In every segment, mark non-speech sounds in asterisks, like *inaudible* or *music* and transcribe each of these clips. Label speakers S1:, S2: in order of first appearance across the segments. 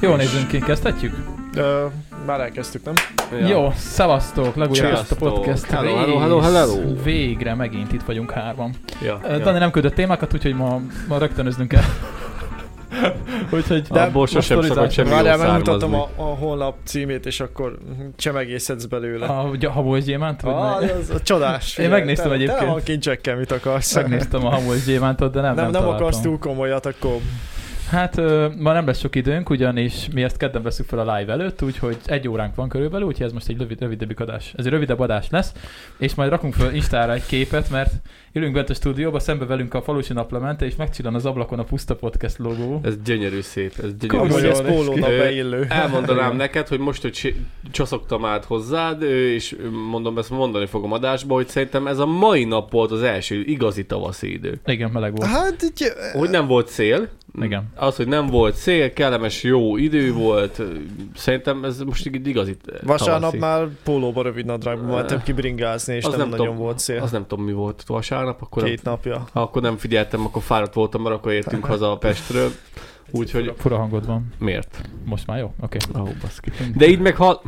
S1: Jól nézünk ki, kezdhetjük?
S2: Ö, már elkezdtük, nem?
S1: Ja. Jó, szevasztok, legújabb ezt a
S3: Sziasztok.
S1: podcast
S3: Hello,
S1: rész.
S3: hello, hello, hello.
S1: Végre megint itt vagyunk hárman.
S3: Ja,
S1: Ja. Dani nem küldött témákat, úgyhogy ma, ma rögtönöznünk kell. *laughs* úgyhogy
S3: De Abból
S1: most
S3: sosem szokott
S1: sztorizálunk.
S3: semmi jó
S2: Várjál,
S3: származni.
S2: megmutatom a, a honlap címét, és akkor csemegészedsz belőle.
S1: A gy- habos gyémánt? Vagy
S2: Ah,
S1: ne?
S2: az, az csodás.
S1: Ah, Én megnéztem
S2: te,
S1: egyébként.
S2: Te van kincsekkel, mit akarsz.
S1: Megnéztem a habos gyémántot, de nem,
S2: Nem, nem, nem
S1: találtam.
S2: akarsz túl komolyat, akkor
S1: Hát ö, ma nem lesz sok időnk, ugyanis mi ezt kedden veszük fel a live előtt, úgyhogy egy óránk van körülbelül, úgyhogy ez most egy rövid, rövidebb adás. Ez egy rövidebb adás lesz, és majd rakunk fel Instára egy képet, mert ülünk bent a stúdióba, szembe velünk a falusi naplemente, és megcsillan az ablakon a puszta podcast logó.
S3: Ez gyönyörű szép, ez gyönyörű
S2: komoly,
S3: szép.
S2: ez pólónak
S3: Ö,
S2: beillő.
S3: Elmondanám neked, hogy most, hogy si- csoszogtam át hozzád, ö, és mondom, ezt mondani fogom adásba, hogy szerintem ez a mai nap volt az első igazi tavaszi idő.
S1: Igen, meleg volt.
S2: Hát, így,
S3: Hogy nem volt szél,
S1: Igen.
S3: az, hogy nem volt szél, kellemes jó idő volt, ö, szerintem ez most így igazi
S2: vasárnap
S3: tavaszi.
S2: már pólóba rövid nadrágban mentem ki bringázni, és
S3: Az
S2: nem,
S3: nem
S2: nagyon
S3: tudom.
S2: volt szél.
S3: Az nem tudom, mi volt vasárnap, akkor nem,
S2: Két napja.
S3: akkor nem figyeltem, akkor fáradt voltam, mert akkor
S2: *laughs*
S3: értünk haza a Pestről. Hát, Úgyhogy
S1: Fura hangod van.
S3: miért?
S1: Most már jó? Oké.
S3: Oh, baszki.
S1: Okay.
S3: De így meg, hall...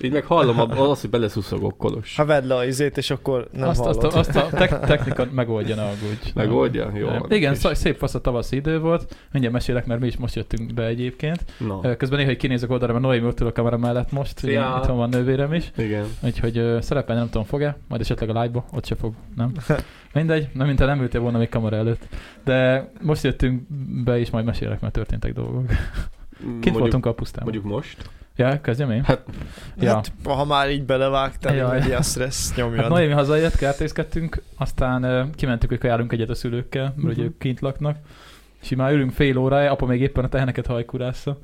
S3: így meg hallom ab- az, hogy beleszuszogok, Kolos.
S2: Ha Hát vedd le a izét, és akkor nem
S1: azt, azt,
S2: hallod.
S1: a, azt a tek- technika megoldja, ne aggódj.
S3: Megoldja? Jó. van.
S1: Igen,
S3: És-
S1: szá- szép fasz a tavaszi idő volt. Mindjárt mesélek, mert mi is most jöttünk be egyébként.
S3: Na.
S1: Ö, Közben néha így kinézek oldalra, mert Noémi ott ül a kamera mellett most, ugye,
S3: Szia!
S1: itthon van nővérem is.
S3: Igen.
S1: Úgyhogy ö, szerepelni nem tudom, fog-e, majd esetleg a live-ba, ott se fog,
S3: *laughs*
S1: nem? Mindegy, nem mint nem ültél volna még kamera előtt. De most jöttünk be, és majd mesélek, mert történtek dolgok. Kint
S3: Mondjuk,
S1: voltunk a pusztán.
S3: Mondjuk most.
S1: Ja, kezdjem én?
S3: Hát-
S1: ja.
S2: Hát, ha már így belevágtál,
S1: Jaj.
S2: egy ilyen stressz nyomjad.
S1: Hát Noémi hazajött, kertészkedtünk, aztán ö, kimentük, hogy járunk egyet a szülőkkel, mert ugye
S3: Mhm.
S1: ők kint laknak. És így már ülünk fél órája, apa még éppen a teheneket hajkurásza.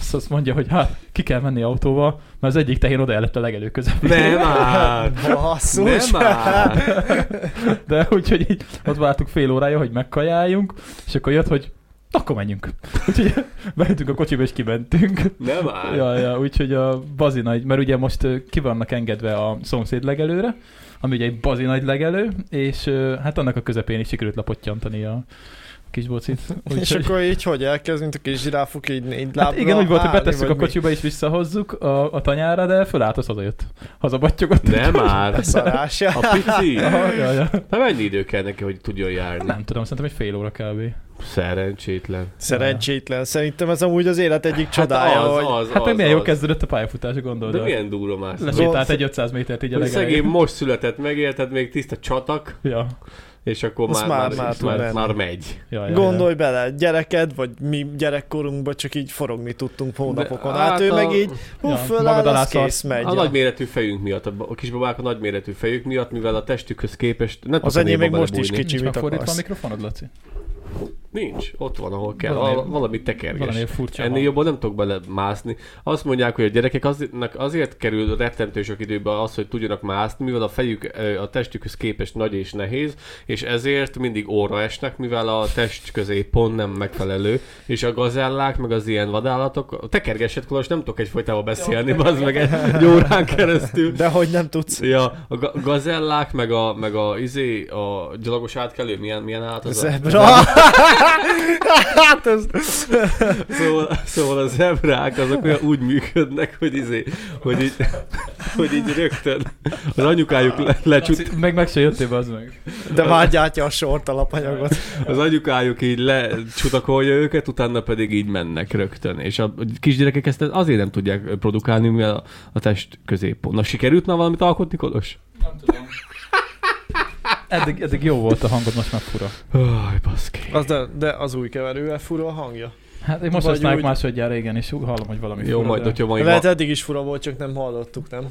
S1: Azt, azt mondja, hogy hát ki kell menni autóval, mert az egyik tehén oda elett a legelő közepén.
S3: Nem már!
S2: Basszus!
S3: Nem már!
S1: *laughs* De úgyhogy így ott vártuk fél órája, hogy megkajáljunk, és akkor jött, hogy akkor menjünk. *laughs* Úgyhogy bejöttünk a kocsiba, és kimentünk.
S3: Nem már!
S1: Ja, ja, úgyhogy a bazi nagy, mert ugye most ö, ki vannak engedve a szomszéd legelőre, ami ugye egy bazi nagy legelő, és ö, hát annak a közepén is sikerült lapottyantani a kis bocit.
S2: *laughs* És
S1: Úgyhogy-
S2: akkor így hogy elkezd, mint a kis zsiráfok így négy lábra
S1: Hát igen, úgy volt, hogy
S2: állni,
S1: betesszük
S2: vagy
S1: a
S2: mi?
S1: kocsiba és visszahozzuk a, a tanyára, de fölállt, az hazajött. Hazabattyogott.
S3: Nem *laughs* már!
S2: Szarás. *laughs*
S3: A *laughs*
S1: *laughs*
S3: pici!
S1: Aha, ja, ja.
S3: Na mennyi idő kell neki, hogy tudjon járni?
S1: Nem tudom, szerintem egy fél óra kb.
S3: Szerencsétlen.
S2: Szerencsétlen. Szerintem ez amúgy az élet egyik csodája,
S3: Hát az,
S2: hogy
S3: az,
S1: Hát
S3: az,
S1: meg milyen
S3: az.
S1: jó kezdődött a pályafutás, gondolod.
S3: De milyen durva már.
S1: Lesétált egy 500 métert így a
S3: Hogy
S1: legelején.
S3: szegény most született, megélted még tiszta csatak,
S1: Ja,
S3: és akkor
S2: Azt
S3: már,
S2: már-
S3: már,
S2: már
S3: már,
S2: tud
S3: már,
S2: menni.
S3: már megy.
S1: ja, ja,
S2: gondolj bele, gyereked, vagy mi gyerekkorunkban csak így forogni tudtunk hónapokon.
S3: De-
S2: Hát, ő
S3: a,
S2: meg így, hú,
S1: Ja,
S2: föláll,
S1: magad alá
S2: az
S1: szarsz.
S2: kész megy.
S3: A nagyméretű fejünk miatt, a, a kisbabák a nagyméretű fejük miatt, mivel a testükhöz képest... Nem
S2: Az
S3: tudok
S2: enyém még
S3: néba
S2: most is
S3: belebújni.
S2: kicsi,
S1: Nincs
S2: mit
S1: megfordítva a
S2: akarsz.
S1: mikrofonod, Laci?
S3: Nincs, ott van, ahol kell.
S1: Valami-
S3: Valami, valami tekerges.
S1: Valami furcsa
S3: Ennél
S1: hang.
S3: jobban nem tudok belemászni. Azt mondják, hogy a gyerekek aznak azért kerül rettentő sok időbe az, hogy tudjanak mászni, mivel a fejük ö, a testükhöz képest nagy és nehéz, és ezért mindig óra esnek, mivel a test középpont nem megfelelő, és a gazellák, meg az ilyen vadállatok, a tekergeset kolos nem tudok egyfolytában beszélni, az meg egy, egy órán keresztül.
S2: De hogy nem *laughs* tudsz.
S3: Ja, a ga- gazellák, meg a, meg a izé, a gyalogos átkelő, milyen, milyen állat az? a-
S2: Zebra. hát ez...
S3: Szóval, szóval a zebrák azok olyan úgy működnek, hogy izé, hogy így, hogy így rögtön az anyukájuk le, lecsut,
S1: Laci, meg meg se jöttél be, az meg.
S2: De már gyártja a sort alapanyagot.
S3: az anyukájuk így lecsutakolja őket, utána pedig így mennek rögtön. És a kisgyerekek ezt azért nem tudják produkálni, mivel a, a test középpont. Na sikerült már valamit alkotni, Kolos?
S1: Nem tudom. Eddig, eddig jó volt a hangod, most már fura.
S3: Aj, baszki.
S2: Az de, de az új keverővel fura a hangja.
S1: Hát én most
S2: Vagy
S1: használjuk
S2: úgy-
S1: másodjára, igen, és hallom, hogy valami
S3: Jó,
S1: fura,
S3: majd,
S1: de...
S3: hogyha majd...
S2: Lehet eddig is fura volt, csak nem hallottuk, nem?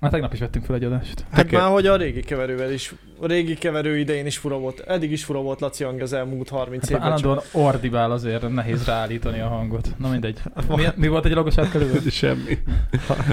S1: Már tegnap is vettünk fel egy adást.
S2: Hát
S3: Tökélet.
S2: már, hogy a régi keverővel is, a régi keverő idején is fura volt, eddig is fura volt Laci hang az elmúlt 30
S1: Hát
S2: évben.
S1: már
S2: csak-
S1: állandóan ordibál azért, nehéz ráállítani a hangot. Na mindegy.
S2: Hát
S1: Mi, mi volt egy logos
S3: *laughs*
S1: átkelő? *laughs*
S3: Semmi.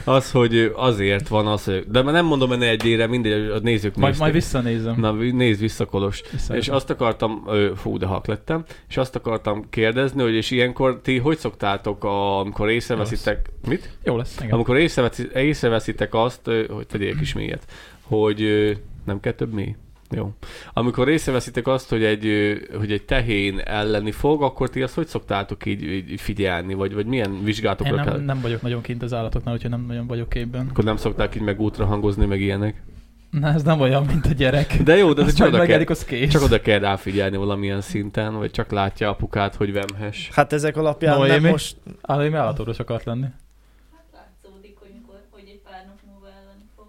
S3: Az, hogy azért van az, hogy- de már nem mondom enne egyére, mindegy, a nézők
S1: Majd,
S3: nézték.
S1: majd visszanézem.
S3: Na, vi- nézd vissza, Kolos.
S1: Visszanézem.
S3: És azt akartam, ö, fú, de hak lettem, és azt akartam kérdezni, hogy és ilyenkor ti hogy szoktátok, a, amikor észreveszitek, mit?
S1: Jó lesz, igen.
S3: Amikor észreveszi- észreveszitek azt, ö, hogy tegyél egy kis mélyet, hogy ö, nem kell több mély? Jó. Amikor észreveszitek azt, hogy egy, ö, hogy egy tehén elleni fog, akkor ti azt hogy szoktátok így, így figyelni, vagy, vagy milyen
S1: Én
S3: vizsgátokra kell?
S1: nem, nem vagyok nagyon kint az állatoknál, úgyhogy nem nagyon vagyok képben.
S3: Akkor nem szokták így meg útra hangozni, meg ilyenek.
S1: Na ez nem olyan, mint a gyerek.
S3: De jó, de ez
S1: Azt
S3: csak
S1: majd
S3: oda, kell,
S1: megedik, az kész.
S3: csak oda kell ráfigyelni valamilyen szinten, vagy csak látja apukát, hogy vemhes.
S2: Hát ezek alapján nem
S1: Noémi?
S2: most...
S1: Állami állatorvos akart lenni.
S4: Hát látszódik, hogy mikor, hogy egy pár nap múlva ellen fog.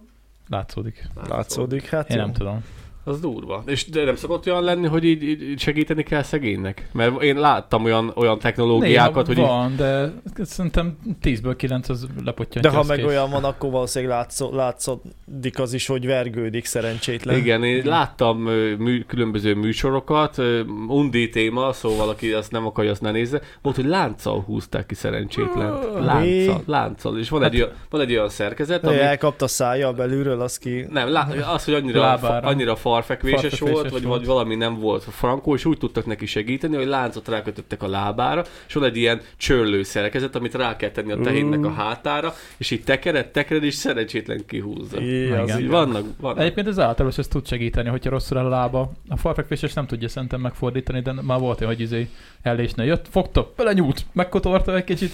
S1: Látszódik.
S2: Látszódik, hát
S1: Én
S2: jó.
S1: nem tudom.
S3: Az durva. És de nem szokott olyan lenni, hogy így, így így segíteni kell szegénynek? Mert én láttam olyan, olyan technológiákat, hogy így
S1: van, de szerintem 10-ből 9 az lepottyan.
S2: De ha meg olyan van, akkor valószínűleg látszó, látszódik az is, hogy vergődik szerencsétlen.
S3: Igen, én láttam ö, mű, különböző műsorokat, ö, undi téma, szóval aki azt nem akarja, azt ne nézze. Volt, hogy lánccal húzták ki szerencsétlen. Lánccal, lánccal. És van, egy, olyan, van egy olyan szerkezet,
S2: Ő
S3: ami...
S2: Hát, elkapta szája belülről, az ki...
S3: Nem, lá- az, hogy annyira, fa,
S1: Lábára.
S3: annyira farfekvéses,
S1: Farfekvéses
S3: volt, vagy,
S1: volt.
S3: vagy valami nem volt frankó, és úgy tudtak neki segíteni, hogy láncot rákötöttek a lábára, és van egy ilyen csörlő szerkezet, amit rá kell tenni a tehénnek
S1: Mm.
S3: a hátára, és így tekered, tekered, és szerencsétlen kihúzza.
S2: Jé,
S1: Na
S2: az
S1: igen.
S3: Így
S2: így-
S3: vannak, vannak.
S1: Egyébként az általános ez tud segíteni, hogyha rosszul áll a lába. A falfekvéses nem tudja szerintem megfordítani, de már volt olyan, hogy izé ellésnél jött, fogta, belenyúlt, megkotorta egy kicsit,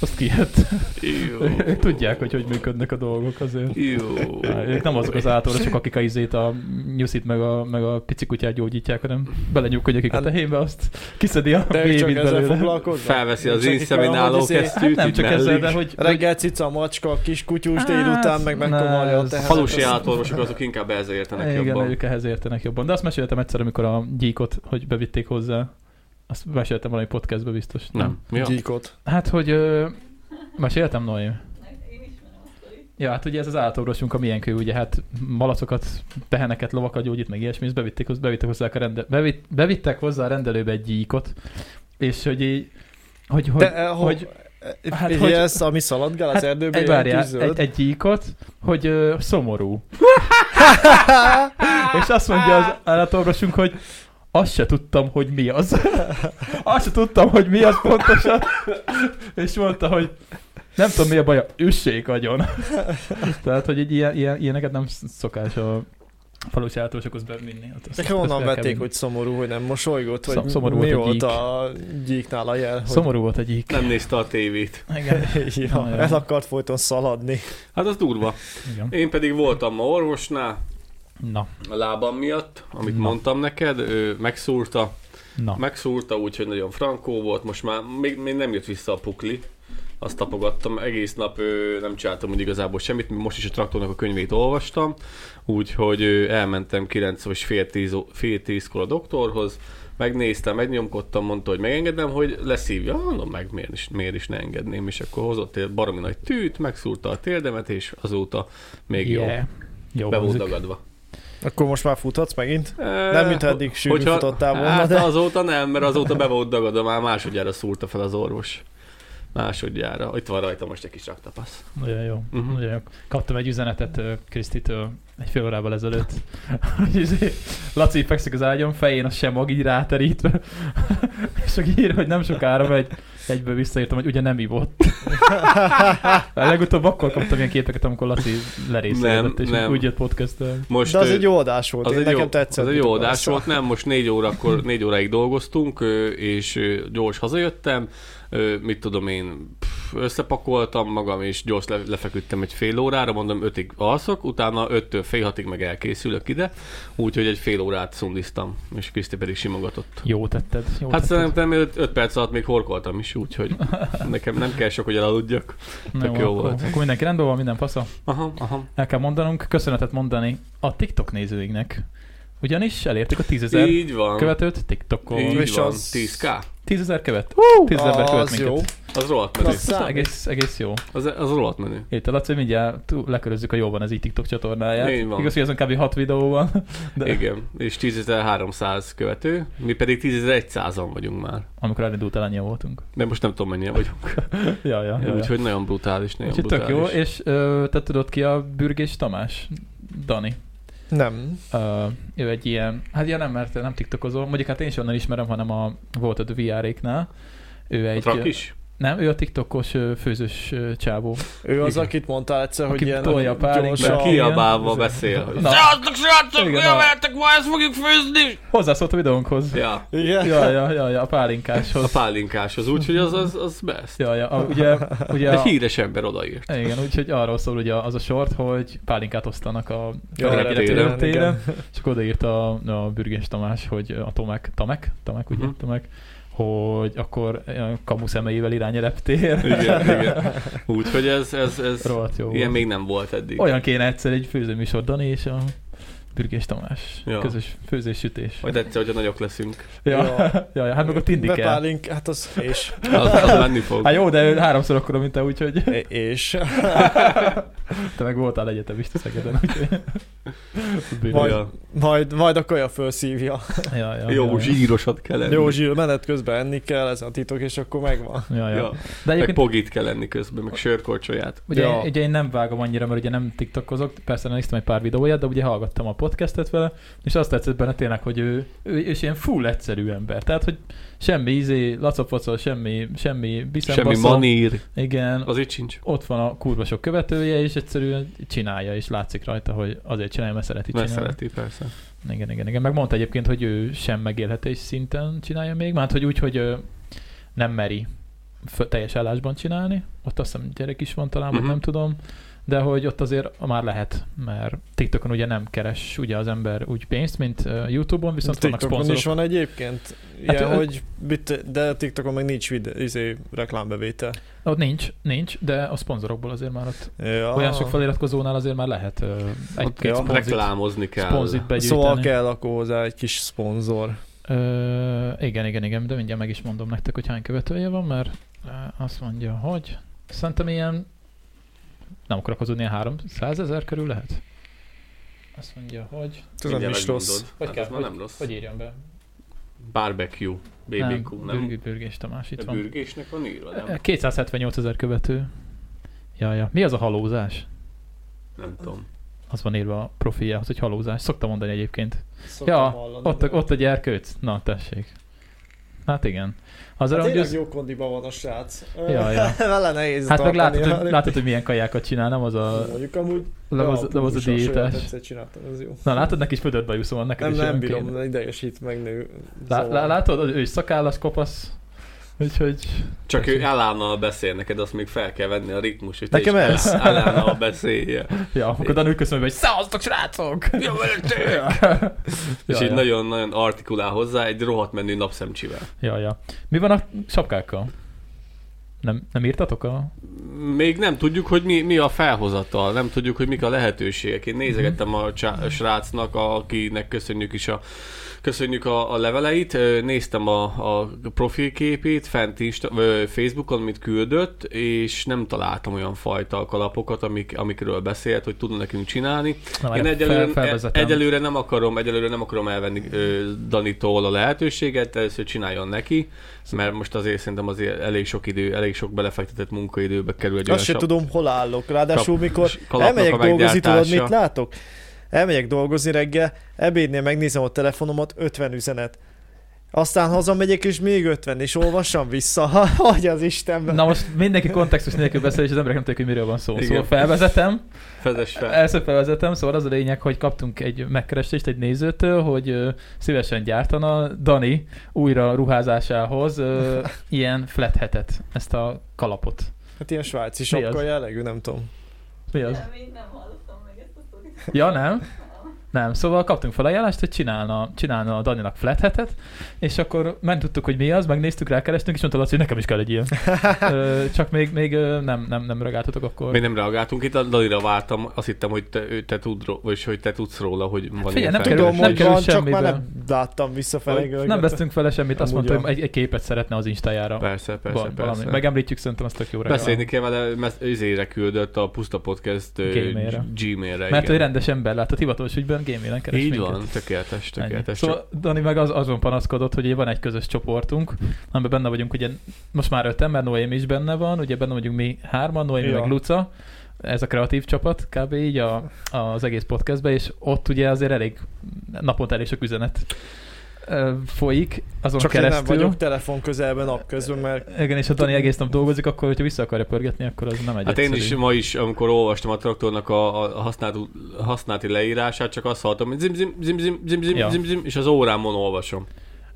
S1: azt kijött. Ők *laughs* tudják, hogy hogy működnek a dolgok azért.
S3: Jó.
S1: Ők nem azok az átorosok, akik a izét, a nyuszit, meg a, meg a pici kutyát gyógyítják, hanem belenyúkodják a
S2: Hát-
S1: tehénbe, azt kiszedi a
S2: De ő csak
S1: bébit
S2: ezzel
S1: belőle.
S2: foglalkoznak?
S3: Felveszi az
S2: Csak itt van, hogy
S3: inszemináló
S2: izé-
S3: kesztyűt,
S1: Hát nem
S3: így
S1: csak ezzel,
S3: mellé.
S1: de hogy... hogy-
S2: Reggel cica, macska, a kis kutyus,
S1: Hát,
S2: délután meg
S1: na,
S2: megkomarja a
S1: ez-
S2: tehenet.
S3: Falusi
S2: Azt-
S3: átorvosok azok inkább ehhez értenek
S1: Igen,
S3: jobban.
S1: ők ehhez értenek jobban. De azt meséltem egyszer, amikor a gyíkot, hogy bevitték hozzá. Azt meséltem valami podcastbe biztos.
S3: Nem. Mi a-
S2: Gyíkot.
S1: Hát, hogy... Ö... Meséltem, Noém?
S4: Én ismerem a sztorit.
S1: Ja, hát ugye ez az állatorvosunk, a miénk, ő ugye hát malacokat, teheneket, lovakat gyógyít, meg ilyesmi, ezt bevitték, hoz- bevittek, hozzá a rende... Bevit, bevittek hozzá a rendelőbe egy gyíkot, és hogy így, hogy, hogy,
S2: Te, eh,
S1: hogy
S2: hogy...
S1: hát,
S2: Hát,
S1: hogy-
S2: hogy ez, ami szaladgál az
S1: hát,
S2: erdőben,
S1: egy,
S2: ilyen
S1: várjál,
S2: kis
S1: egy,
S2: zöld.
S1: egy gyíkot, hogy ö, szomorú.
S2: *laughs*
S1: és azt mondja az állatorvosunk, hogy azt se tudtam, hogy mi az.
S2: *laughs*
S1: azt se tudtam, hogy mi az pontosan. és mondta, hogy nem tudom mi a baja, üssék
S2: *laughs*
S1: agyon. Tehát, hogy egy ilyen, ilyen, ilyeneket nem szokás a falusi állatorvosokhoz bevinni. Hát azt-
S2: De
S1: azt fel
S2: honnan
S1: kell
S2: vették,
S1: vinni.
S2: hogy szomorú, hogy nem mosolygott,
S1: Szom-
S2: hogy
S1: szomorú
S2: mi
S1: volt a
S2: volt
S1: gyík.
S2: a gyíknál a jel? Hogy...
S1: Szomorú volt egyik.
S3: Nem nézte a tévét.
S1: Igen.
S2: *laughs* Ja,
S1: Nagyon.
S2: el akart folyton szaladni.
S3: Hát az durva.
S1: Igen.
S3: Én pedig voltam ma orvosnál,
S1: Na,
S3: a lábam miatt, amit
S1: Na.
S3: Na. mondtam neked, ő megszúrta.
S1: na.
S3: Megszúrta úgy, hogy nagyon frankó volt, most már még, még nem jött vissza a pukli. Azt tapogattam, egész nap ö, nem csináltam úgy igazából semmit, most is a traktornak a könyvét olvastam, úgyhogy ö, elmentem 9 vagy fél, 10, ó- fél tízkor a doktorhoz, megnéztem, megnyomkodtam, mondta, hogy megengedem, hogy leszívja. Ah, Mondom, meg miért is, miért is ne engedném, és akkor hozott egy baromi nagy tűt, megszúrta a térdemet, és azóta még yeah.
S1: Yeah. Jó
S3: jó, be volt
S1: hangzik.
S3: dagadva.
S2: Akkor most már futhatsz megint?
S3: Nem,
S2: Nem, mint eddig sűrű futottál volna,
S3: hát
S2: de-
S3: azóta nem, mert azóta be volt dagadva, már másodjára szúrta fel az orvos. Másodjára. Itt van rajta most egy kis raktapasz.
S1: Nagyon jó.
S3: Mhm.
S1: Nagyon jó. Kaptam egy üzenetet ö, Krisztitől egy fél órával ezelőtt.
S3: *laughs*
S1: Hogy izé, Laci fekszik az ágyon, fején a semag így ráterítve. *laughs* És aki ír, hogy nem sokára megy. Egyből visszaírtam, hogy ugye nem
S3: *laughs*
S1: ivott. Legutóbb akkor kaptam ilyen képeket, amikor Laci lerészedett,
S3: Nem,
S1: és
S3: nem.
S1: úgy jött podcast
S3: Most,
S2: De az
S3: ö,
S2: egy jó adás volt,
S3: az
S2: én
S3: egy
S2: nekem
S3: jó,
S2: tetszett. szóval.
S3: az egy jó
S2: mit
S3: adás
S2: akarsz.
S3: volt, nem, most négy, órakor, négy óráig dolgoztunk, ö, és ö, gyors hazajöttem, ö, mit tudom én, pff, összepakoltam magam, és gyors le, lefeküdtem egy fél órára, mondom ötig alszok, utána öttől fél hatig meg elkészülök ide, úgyhogy egy fél órát szundiztam, és Kriszti pedig simogatott.
S1: Jó tetted. Jó
S3: Hát
S1: tetted.
S3: szerintem 5 perc alatt még horkoltam is, úgyhogy nekem nem kell sok, hogy elaludjak.
S1: Na
S3: tök jó
S1: akkor,
S3: volt.
S1: Akkor mindenki rendben van, minden fasza.
S3: Aha, aha.
S1: El kell mondanunk, köszönetet mondani a TikTok nézőinknek. Ugyanis elértük a 10.000
S3: Így van.
S1: követőt TikTokon.
S3: Így
S2: És
S3: van.
S2: az-
S3: 10k.
S1: 10.000 követ. 10
S2: Az
S1: ember követ
S2: jó.
S1: minket.
S3: Az rohadt
S2: Na,
S3: menő.
S1: Ez
S2: számít.
S1: egész, egész jó.
S3: Az, az rohadt menő.
S1: Itt a Laci, mindjárt túl, lekörözzük a jobban az így TikTok csatornáját.
S3: Így van.
S1: Igaz, hogy azon kb. 6 videó van, *laughs*
S3: De.
S1: de
S3: Igen, és 10.300 követő, mi pedig 10.100-an vagyunk már.
S1: amikor elindult el, annyian voltunk.
S3: De most nem tudom mennyien vagyunk.
S1: Ja, ja, ja. ja.
S3: Úgyhogy nagyon brutális, nagyon
S1: Úgyhogy tök
S3: brutális.
S1: jó, és ö, te tudod ki a Bürgés Tamás? Dani.
S2: Nem.
S1: Ö, ő egy ilyen, hát ja nem, mert nem tiktokozom, mondjuk hát én is onnan ismerem, hanem a volt a VR-éknál. Ő
S3: A
S1: egy,
S3: trak is?
S1: nem, ő a tiktokos ö, főzös ö, csávó.
S2: Ő az,
S3: Igen.
S2: akit mondtál egyszer,
S1: Aki
S2: hogy ilyen
S1: tolja a pálinkát.
S3: Mert
S1: Csak-
S2: gyorsan...
S3: kiabálva
S1: Igen.
S3: beszél. Hogy...
S1: Na.
S3: Srácok, srácok,
S1: Igen,
S3: jövetek, ma ezt fogjuk főzni!
S1: Hozzászólt a videónkhoz.
S3: Ja,
S2: Igen?
S1: Ja, ja, ja, ja a
S3: a
S1: pálinkáshoz.
S3: pálinkás az úgy, hogy az, az, az best.
S1: Ja, ja, a,
S3: *laughs*
S1: ugye, ugye
S3: Egy
S1: a,
S3: híres ember odaírt.
S1: igen, úgyhogy arról szól ugye az a sort, hogy pálinkát osztanak a
S2: Ja,
S1: a
S3: reptéren,
S1: reptéren,
S2: igen.
S1: csak odaírt a, a Bürgés Tamás, hogy a Tomek, Tamek, Tamek, ugye,
S3: Mhm.
S1: Tamek, hogy akkor ö, kamu szemeivel irány a reptér.
S3: Igen,
S1: *laughs*
S3: igen. Úgyhogy ez, ez, ez
S1: Rohadt jó
S3: ilyen
S1: volt.
S3: még nem volt eddig.
S1: Olyan kéne egyszer egy főzőműsor Dani és a Bürgés Tamás.
S3: Ja.
S1: Ja. Közös főzés-sütés.
S3: Majd egyszer, hogyha nagyok leszünk.
S1: Ja.
S2: Ja.
S1: Ja. *laughs* ja, hát meg ott indi kell.
S2: Bepálink, hát az és.
S3: Az, az menni fog.
S1: Hát jó, de ő háromszor akkor, mint te, úgyhogy
S2: *laughs* E- És.
S1: te meg voltál egyetemista Szegeden, úgyhogy...
S2: Majd-
S1: ja,
S3: Ja.
S2: Majd, majd a kaja fölszívja.
S1: ja, ja,
S3: Jó,
S1: ja.
S3: zsírosat kell enni.
S2: Jó, Zsil, menet közben enni kell, ez a titok, és akkor megvan.
S1: Ja, ja.
S3: Ja.
S1: De
S3: Meg
S1: egyébként
S3: pogit kell enni közben, meg sörkorcsolyát.
S1: Ugye,
S2: Ja.
S1: ja. ugye én nem vágom annyira, mert ugye nem tiktokozok, persze néztem egy pár videóját, de ugye hallgattam a podcastet vele, és azt tetszett benne tényleg, hogy ő, ő és ilyen full egyszerű ember. Tehát, hogy semmi izé, lacapacol, semmi, semmi
S3: Semmi
S1: biszembaszol.
S3: manír,
S1: Igen,
S3: az itt sincs.
S1: ott van a kurva sok követője, és egyszerűen csinálja, és látszik rajta, hogy azért csinálja, mert szereti
S3: Mert
S1: csinálni.
S3: szereti, persze.
S1: Igen, igen, igen. Megmondta egyébként, hogy ő sem megélhetés szinten csinálja még, mert hát, hogy úgy, hogy ö, nem meri f- teljes állásban csinálni. Ott azt hiszem gyerek is van talán, vagy
S3: Mhm.
S1: nem tudom. De hogy ott azért már lehet, mert TikTokon ugye nem keres ugye az ember úgy pénzt, mint ö, YouTube-on, viszont vannak
S2: TikTokon
S1: szponzorok.
S2: is van egyébként.
S1: Hát,
S2: Ilyen,
S1: ö-
S2: hogy bit- de TikTokon meg nincs videó, izé, reklámbevétel.
S1: Ott nincs, nincs, de a szponzorokból azért már ott
S2: Ja.
S1: ah. olyan sok feliratkozónál azért már lehet ö, egy-két
S2: ja.
S1: szponzit,
S3: Reklámozni kell.
S1: szponzit begyűjteni.
S2: Szóval kell akkor hozzá egy kis szponzor.
S1: Ö, igen, igen, igen, de mindjárt meg is mondom nektek, hogy hány követője van, mert ö, azt mondja, hogy szerintem ilyen, nem akarok hazudni, ilyen 300 ezer körül lehet. Azt mondja, hogy...
S2: Tudom, nem
S3: Mindjárt
S2: is rossz.
S3: megmondod. Hát ez már nem rossz.
S1: Hogy írjam be?
S3: Barbecue. BBQ, nem?
S1: Bürg, Bürgés Tamás, itt
S3: A
S1: van. E-
S3: bürgésnek van írva,
S1: Ö,
S3: nem?
S1: 278 ezer követő. Ja, ja. Mi az a halózás?
S3: Nem tudom.
S1: Az van írva a profiljához, hogy halózás. Szoktam mondani egyébként.
S2: Szoktam
S1: Ja,
S2: hallani, Hát
S1: Ott,
S2: de-
S1: a- ott a gyerkőc. Na, tessék. Hát igen. Az
S2: Hát
S1: arra, hogy
S2: tényleg
S1: az-
S2: jó kondiban van a srác.
S1: Ja, ja.
S2: *laughs* Vele
S1: Hát
S2: nehéz
S1: meg
S2: tartani,
S1: látod,
S2: ha-
S1: hogy, látod, hogy milyen kajákat csinál, nem az a
S2: Mondjuk amúgy...
S1: levoz,
S2: Ja,
S1: levoz a
S2: púzsas, olyat
S1: diétás.
S2: Egyszer csináltam, ez jó.
S1: Na látod, neki is pödört bajuszom van, neked
S2: Nem,
S1: is
S2: nem
S1: olyan
S2: bírom,
S1: kéne.
S2: de idegesít meg nő. Szóval.
S1: Lá,
S2: Zavar.
S1: lá, látod, ő is szakállas, kopasz. Úgyhogy...
S3: Csak ő elánnal beszél neked, azt még fel kell venni a ritmus, hogy
S2: Nekem ez.
S3: elánnal beszélje.
S1: Ja, akkor Dani úgy köszönöm,
S3: *laughs*
S1: hogy szavaztok, srácok!
S3: Ja,
S1: Ja,
S3: És így
S1: ja.
S3: nagyon-nagyon artikulál hozzá egy rohadt menő napszemcsivel.
S1: ja, ja. Mi van a sapkákkal? Nem, nem írtatok a...
S3: Még nem tudjuk, hogy mi, mi a felhozatal, nem tudjuk, hogy mik a lehetőségek. Én nézegettem a csá- srácnak, akinek köszönjük is a köszönjük a, a leveleit, Ö, néztem a, a profilképét fent Insta, ö, Facebookon, amit küldött, és nem találtam olyan fajta kalapokat, amik, amikről beszélt, hogy tudna nekünk csinálni.
S1: Na,
S3: Én
S1: várjál,
S3: egyelőre,
S1: felvezetem.
S3: egyelőre, nem akarom, egyelőre nem akarom elvenni ö, Danitól a lehetőséget, először csináljon neki, mert most azért szerintem azért elég sok idő, elég sok belefektetett munkaidőbe kerül egy
S2: Azt
S3: olyan
S2: se
S3: sap-
S2: tudom, hol állok. Ráadásul,
S3: kap-
S2: mikor
S3: s- kalapnak a
S2: elmegyek dolgozni, tudod,
S3: meggyártása.
S2: mit látok? Elmegyek dolgozni reggel, ebédnél megnézem a telefonomat, 50 üzenet. Aztán hazamegyek, és még 50, és olvassam vissza. *laughs* Hogy az Istenben.
S1: Na most mindenki kontextus nélkül beszél, és az emberek nem tudják, hogy miről van szó.
S3: Igen.
S1: Szóval felvezetem.
S3: Fezes fel.
S1: Először felvezetem, szóval az a lényeg, hogy kaptunk egy megkeresést egy nézőtől, hogy ö, szívesen gyártana Dani újra ruházásához
S3: *laughs*
S1: ö, ilyen flathetet, ezt a kalapot.
S2: Hát ilyen svájci
S1: Mi az?
S2: sapka jellegű, nem tudom.
S1: Mi az?
S4: De még nem hallottam meg ezt a szorít.
S1: Ja, nem? Nem, szóval kaptunk fel ajánlást, hogy csinálna, csinálna a Daninak flathetet, és akkor nem tudtuk, hogy mi az, megnéztük rá, kerestünk, és mondta Laci, hogy nekem is kell egy
S3: *laughs*
S1: ilyen. Ö, Csak még, még ö, nem, nem, nem reagáltatok akkor.
S3: Még nem reagáltunk, itt a Dalira vártam, azt hittem, hogy te, ő- te, tud, ró- vagyis, hogy te tudsz róla, hogy van
S1: Hát figyelj, nem
S3: felhívás.
S2: Tudom,
S1: kerül-
S2: hogy van, csak
S1: semmibe.
S2: már nem láttam visszafelé.
S1: Nem
S2: görgetve.
S1: vesztünk vele semmit, azt
S2: Amúgy
S1: mondta, hogy
S2: jó.
S1: egy, egy képet szeretne az Instájára.
S3: Persze, persze,
S1: Val- valami.
S3: persze.
S1: Megemlítjük, szerintem azt tök jó reagál.
S3: Beszélni kell vele, mert izére küldött a Puszta Podcast ö,
S1: Gmail-re.
S3: g- Gmail-re.
S1: Mert
S3: igen.
S1: ő rendes ember látott hivatalos ügyben, gamélen keres
S3: Így
S1: minket.
S3: van, tökéletes,
S1: Ennyi.
S3: tökéletes. Csak-
S1: Szóval Dani meg az, azon panaszkodott, hogy ugye van egy közös csoportunk, amiben benne vagyunk, ugye most már öten, mert Noém is benne van, ugye benne vagyunk mi hárman, Noém
S2: Ja.
S1: meg Luca, ez a kreatív csapat kb. így a, az egész podcastben, és ott ugye azért elég naponta elég sok üzenet ö, folyik azon
S2: Csak én
S1: keresztül.
S2: nem vagyok telefon közelben napközben, mert
S1: Igen, és ha Dani egész nap dolgozik, akkor hogyha vissza akarja pörgetni, akkor az nem egy
S3: Hát én is ma is, amikor olvastam a traktornak a, a használt, használati leírását, csak azt hallottam, hogy zim, zim, zim, zim, zim, zim,
S1: Ja.
S3: ja. zim, zim, és az órámon olvasom.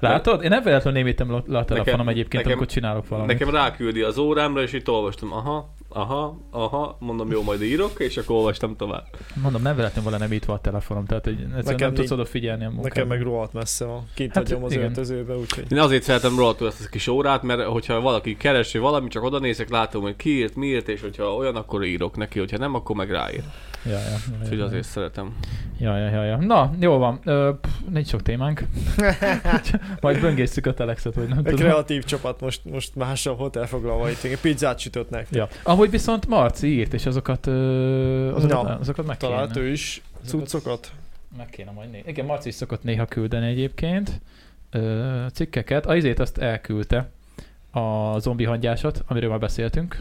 S1: Látod? Én nem véletlenül némítem le- le a telefonom
S3: Nekem-
S1: egyébként,
S3: nekem-
S1: amikor csinálok valamit.
S3: Nekem ráküldi az órámra, és itt olvastam, aha, aha, aha, mondom, jó, majd írok, és akkor olvastam tovább.
S1: Mondom, nem véletlenül van nem nyitva a telefonom, tehát hogy egyszerűen nem
S2: Nekem
S1: tudsz
S2: nincs.
S1: odafigyelni a munkába.
S2: nekem meg rohadt messze van. Kint
S1: Hát,
S2: hagyom az
S1: igen.
S2: öltözőbe, úgyhogy...
S1: *laughs*
S3: Én azért szeretem rohadtul ezt a kis órát, mert hogyha valaki keresi valami, csak oda nézek, látom, hogy ki írt, mi írt, és hogyha olyan, akkor írok neki, hogyha nem, akkor meg ráír.
S1: Ja, ja, ja,
S3: Úgyhogy
S1: ja,
S3: azért szeretem.
S1: ja, ja, ja, ja. Na, jó van. Ö, pff, nincs sok témánk. Majd böngészük a telexet, vagy nem
S2: A
S1: tudom.
S2: kreatív csapat most, most másabb hotelfoglalva itt. igen, Pizzát sütött nektek.
S1: Ja. Amúgy viszont Marci írt, és azokat, ö, azokat,
S2: Na,
S1: azokat meg
S2: Talált
S1: kéne.
S2: ő is cuccokat.
S1: Meg kéne majd nézni. Igen, Marci is szokott néha küldeni egyébként ö, cikkeket. A izét azt elküldte, a zombi hangyásat, amiről már beszéltünk.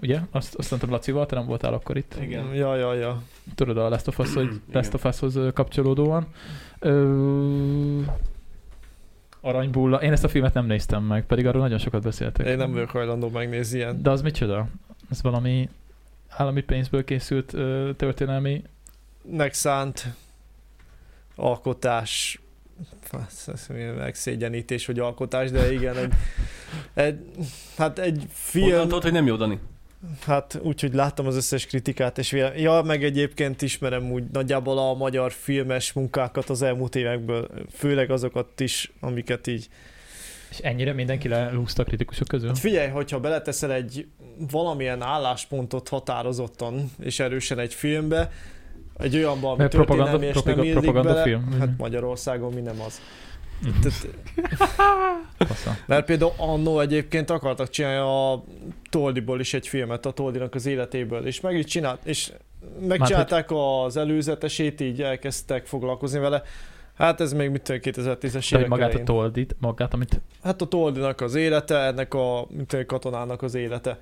S1: Ugye? Azt, azt mondtam Lacival, te nem voltál akkor itt.
S3: Igen.
S2: Ja, ja, ja.
S1: Tudod, a Last of Us, hogy Last
S3: Igen.
S1: of Us-hoz ö, kapcsolódóan. Ö, Aranybulla. Én ezt a filmet nem néztem meg, pedig arról nagyon sokat beszéltek.
S2: Én nem vagyok hajlandó megnézni ilyen.
S1: De az micsoda? Ez valami állami pénzből készült ö, történelmi
S2: Megszánt alkotás. Fasz, ez milyen Megszégyenítés, hogy alkotás, de igen, egy, egy hát egy film,
S3: Mondhatod, hogy nem jó, Dani.
S2: hát úgyhogy láttam az összes kritikát, és véle... ja, meg egyébként ismerem úgy nagyjából a magyar filmes munkákat az elmúlt évekből, főleg azokat is, amiket így
S1: És ennyire mindenki lehúzta a kritikusok közül?
S2: Hát figyelj, hogyha beleteszel egy valamilyen álláspontot határozottan és erősen egy filmbe, egy olyanban, ami
S1: Mert propaganda-
S2: történelmi és nem
S1: propaganda-
S2: illik
S1: propaganda
S2: bele,
S1: film. Mhm.
S2: hát Magyarországon mi nem az.
S1: Mhm.
S2: Tehát,
S1: Fasza.
S2: mert például annó egyébként akartak csinálni a Toldiból is egy filmet, a Toldinak az életéből, és meg is csinált, és megcsinálták az előzetesét, így elkezdtek foglalkozni vele. Hát ez még mit tudom, 2010-es
S1: De hogy
S2: évek
S1: magát a
S2: elején.
S1: toldit, magát, amit...
S2: Hát a Toldinak az élete, ennek a mint egy katonának az élete,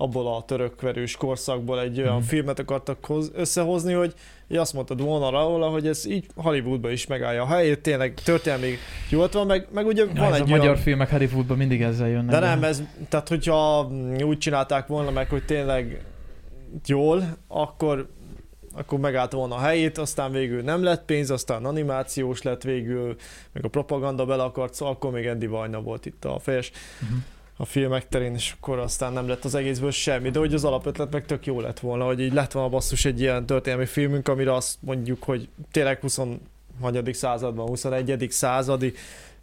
S2: abból a törökverős korszakból egy olyan
S1: Mhm.
S2: filmet akartak hoz, összehozni, hogy így azt mondtad volna róla, hogy ez így Hollywoodban is megállja a helyét, tényleg történelmi jól van, meg, meg ugye
S1: Ja,
S2: van
S1: ez
S2: egy
S1: a magyar
S2: olyan...
S1: filmek Hollywoodban mindig ezzel jönnek.
S2: De nem, ez, tehát hogyha mm, úgy csinálták volna meg, hogy tényleg jól, akkor, akkor megállt volna a helyét, aztán végül nem lett pénz, aztán animációs lett végül, meg a propaganda bele akart, szóval akkor még Andy Vajna volt itt a fejes
S1: Mhm.
S2: a filmek terén, és akkor aztán nem lett az egészből semmi, de hogy az alapötlet meg tök jó lett volna, hogy így lett volna basszus egy ilyen történelmi filmünk, amire azt mondjuk, hogy tényleg 20. században, 21. századi,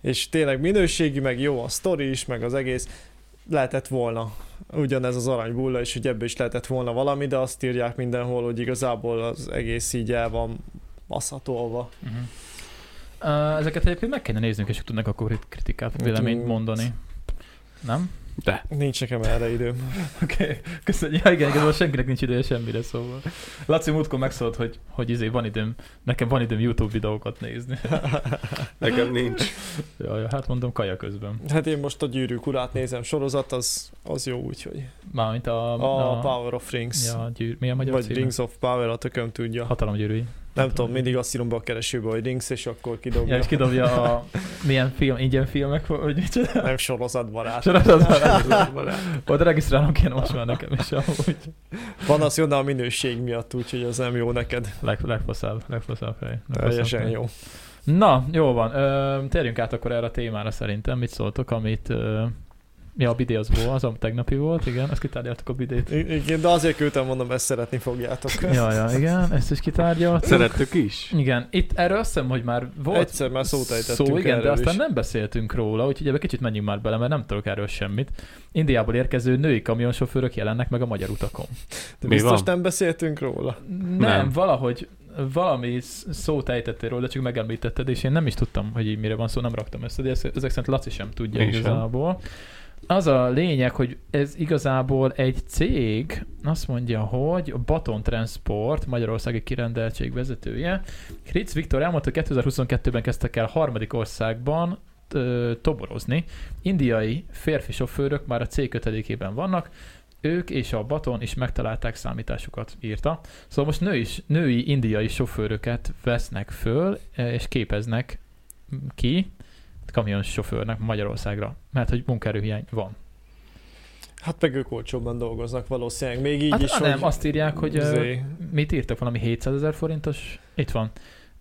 S2: és tényleg minőségi, meg jó a sztori is, meg az egész, lehetett volna ugyanez az aranybulla, és hogy ebből is lehetett volna valami, de azt írják mindenhol, hogy igazából az egész így el van baszatolva.
S1: Mhm. Ö, Ezeket egyébként meg kéne néznünk, és tudnak akkor itt kritikát, véleményt
S2: Mm.
S1: mondani.
S2: *laughs*
S1: Nem?
S3: De.
S2: Nincs nekem erre időm.
S1: Oké, okay. köszönjük. Ja, igen, igazából senkinek nincs ideje semmire, szóval. Laci múltkor megszólt, hogy, hogy izé van időm, nekem van időm YouTube videókat nézni. *laughs*
S3: Nekem nincs.
S1: Jaj, ja, hát mondom, kaja közben.
S2: Hát én most a gyűrűk urát nézem, sorozat, az, az jó úgyhogy.
S1: Mármint a...
S2: A Power of Rings.
S1: Ja, gyűr, mi a magyar
S2: Vagy
S1: címe?
S2: Rings of Power, a tököm tudja.
S1: Hatalomgyűrűi.
S2: Nem tudom, mindig azt írom be a keresőbe, hogy Rings, és akkor
S1: Ja,
S2: kidobja.
S1: és kidobja a milyen film, ingyen filmek, vagy micsoda.
S2: *laughs* Nem sorozatbarát. hát,
S1: Sorozatban. Oda regisztrálnom kéne most már nekem is, amúgy.
S2: Van az jó, de a minőség miatt, úgyhogy az nem jó neked.
S1: Leg, legfaszább, legfaszább hely. Legfaszább
S2: Teljesen
S1: hely.
S2: jó.
S1: Na, jó van. Ö, térjünk át akkor erre a témára szerintem. Mit szóltok, amit ö, Ja, a bidé az volt, azon tegnapi volt, igen, ezt kitárgyaltuk a bidét.
S2: I- Igen, de azért küldtem, mondom, ezt szeretni fogjátok.
S1: Ja, ja, igen, ezt is kitárgyaltuk.
S3: Szerettük is.
S1: Igen, itt erről azt hiszem, hogy már volt
S2: Egyszer már szót ejtettünk
S1: szó, igen,
S2: erről
S1: de aztán
S2: is.
S1: nem beszéltünk róla, úgyhogy ebbe kicsit menjünk már bele, mert nem tudok erről semmit. Indiából érkező női kamionsofőrök jelennek meg a magyar utakon.
S3: Mi
S2: De biztos
S3: van?
S2: nem beszéltünk róla.
S1: Nem,
S3: Nem.
S1: nem. valahogy valami sz- szót ejtettél róla, csak megemlítetted, és én nem is tudtam, hogy így mire van szó, nem raktam össze, de ezt- ezek szerint Laci sem tudja
S3: Én sem.
S1: igazából. Az a lényeg, hogy ez igazából egy cég, azt mondja, hogy a Baton Transport, Magyarországi kirendeltség vezetője, Kritz Viktor elmondta, hogy 2022-ben kezdtek el harmadik országban ö, toborozni. Indiai férfi sofőrök már a cég kötelékében vannak, ők és a Baton is megtalálták számításukat, írta. Szóval most nő is, női indiai sofőröket vesznek föl, eh, és képeznek ki kamions sofőrnek Magyarországra, mert hogy munkaerőhiány van.
S2: Hát meg ők olcsóbban dolgoznak valószínűleg. Még így
S1: Így hát
S2: is,
S1: is, nem,
S2: hogy... Izé,
S1: azt írják, hogy ö,
S2: Zé.
S1: mit írtak, valami 700 ezer forintos? Itt van.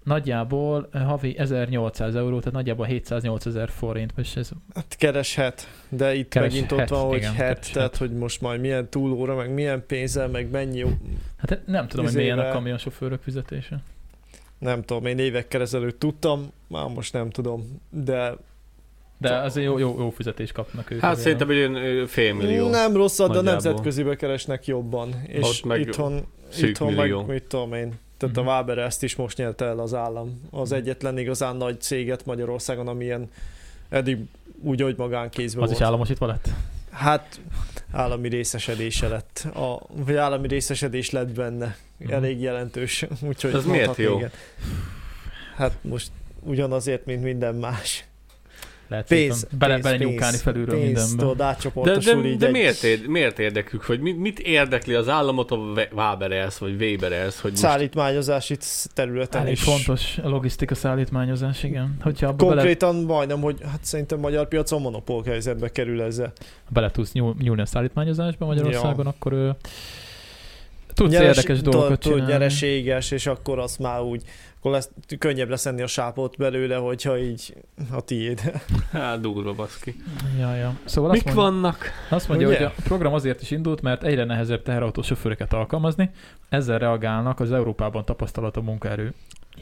S1: Nagyjából eh, havi 1800 euró, tehát nagyjából 708 ezer forint, és ez
S2: Hát kereshet, de itt
S1: Kereshet,
S2: megint ott van, hogy
S1: igen,
S2: het,
S1: kereshet.
S2: tehát hogy most majd milyen túlóra, meg milyen pénzzel, meg mennyi,
S1: Hát nem tudom, hogy milyen a
S2: Izével.
S1: kamionsofőrök fizetése.
S2: nem tudom, én évekkel ezelőtt tudtam, már most nem tudom, de
S1: De azért jó, jó, jó fizetést kapnak ők.
S3: Hát
S1: azért,
S3: szerintem
S1: nem?
S3: egy ilyen ö, félmillió.
S2: nem rosszat, de
S3: nagyjából.
S2: nemzetközibe keresnek jobban, és
S3: Ott meg
S2: itthon,
S3: szűk
S2: itthon meg
S3: millió.
S2: mit tudom én, tehát
S1: Mhm.
S2: a Váber ezt is most nyerte el az állam, az
S1: Mhm.
S2: egyetlen igazán nagy céget Magyarországon, amilyen eddig úgy, hogy magánkézben
S1: Az
S2: volt.
S1: is államosítva lett.
S2: Hát állami részesedése lett, a, vagy állami részesedés lett benne,
S1: Mhm.
S2: elég jelentős, *laughs* úgyhogy
S3: Ez miért
S2: mondhatni,
S3: jó?
S2: igen. Hát most ugyanazért, mint minden más.
S1: Lehet
S2: Pénz,
S1: pénz, bele,
S2: pénz,
S1: bele nyúkálni
S2: pénz,
S1: felülről
S2: Pénzt
S1: mindenben.
S2: tudod
S3: De, de,
S2: átcsoportosul így
S3: de
S2: egy-
S3: miért, ér, miért érdekük, hogy mit, mit érdekli az államot a Ve- Waberers vagy Weberers, hogy most
S2: szállítmányozási c- területen
S1: Elég
S2: is.
S1: fontos a logisztika szállítmányozás, igen. Hogyha abba bele,
S2: Konkrétan majdnem, hogy hát szerintem magyar piacon monopól helyzetbe kerül ezzel.
S1: bele tudsz nyúl, nyúlni a szállítmányozásba Magyarországon, akkor ő, tudsz
S2: Nyeres-
S1: érdekes
S2: tudod,
S1: dolgokat
S2: tudod,
S1: csinálni.
S2: nyereséges, és akkor azt már úgy, akkor lesz, könnyebb lesz enni a sápot belőle, hogyha így a tiéd.
S3: hát durva baszki.
S1: Ja, ja. Szóval
S3: Mik
S1: azt mondja,
S3: vannak?
S1: azt mondja
S2: Ugye?
S1: hogy a program azért is indult, mert egyre nehezebb teherautós sofőröket alkalmazni, ezzel reagálnak az Európában tapasztalat a munkaerő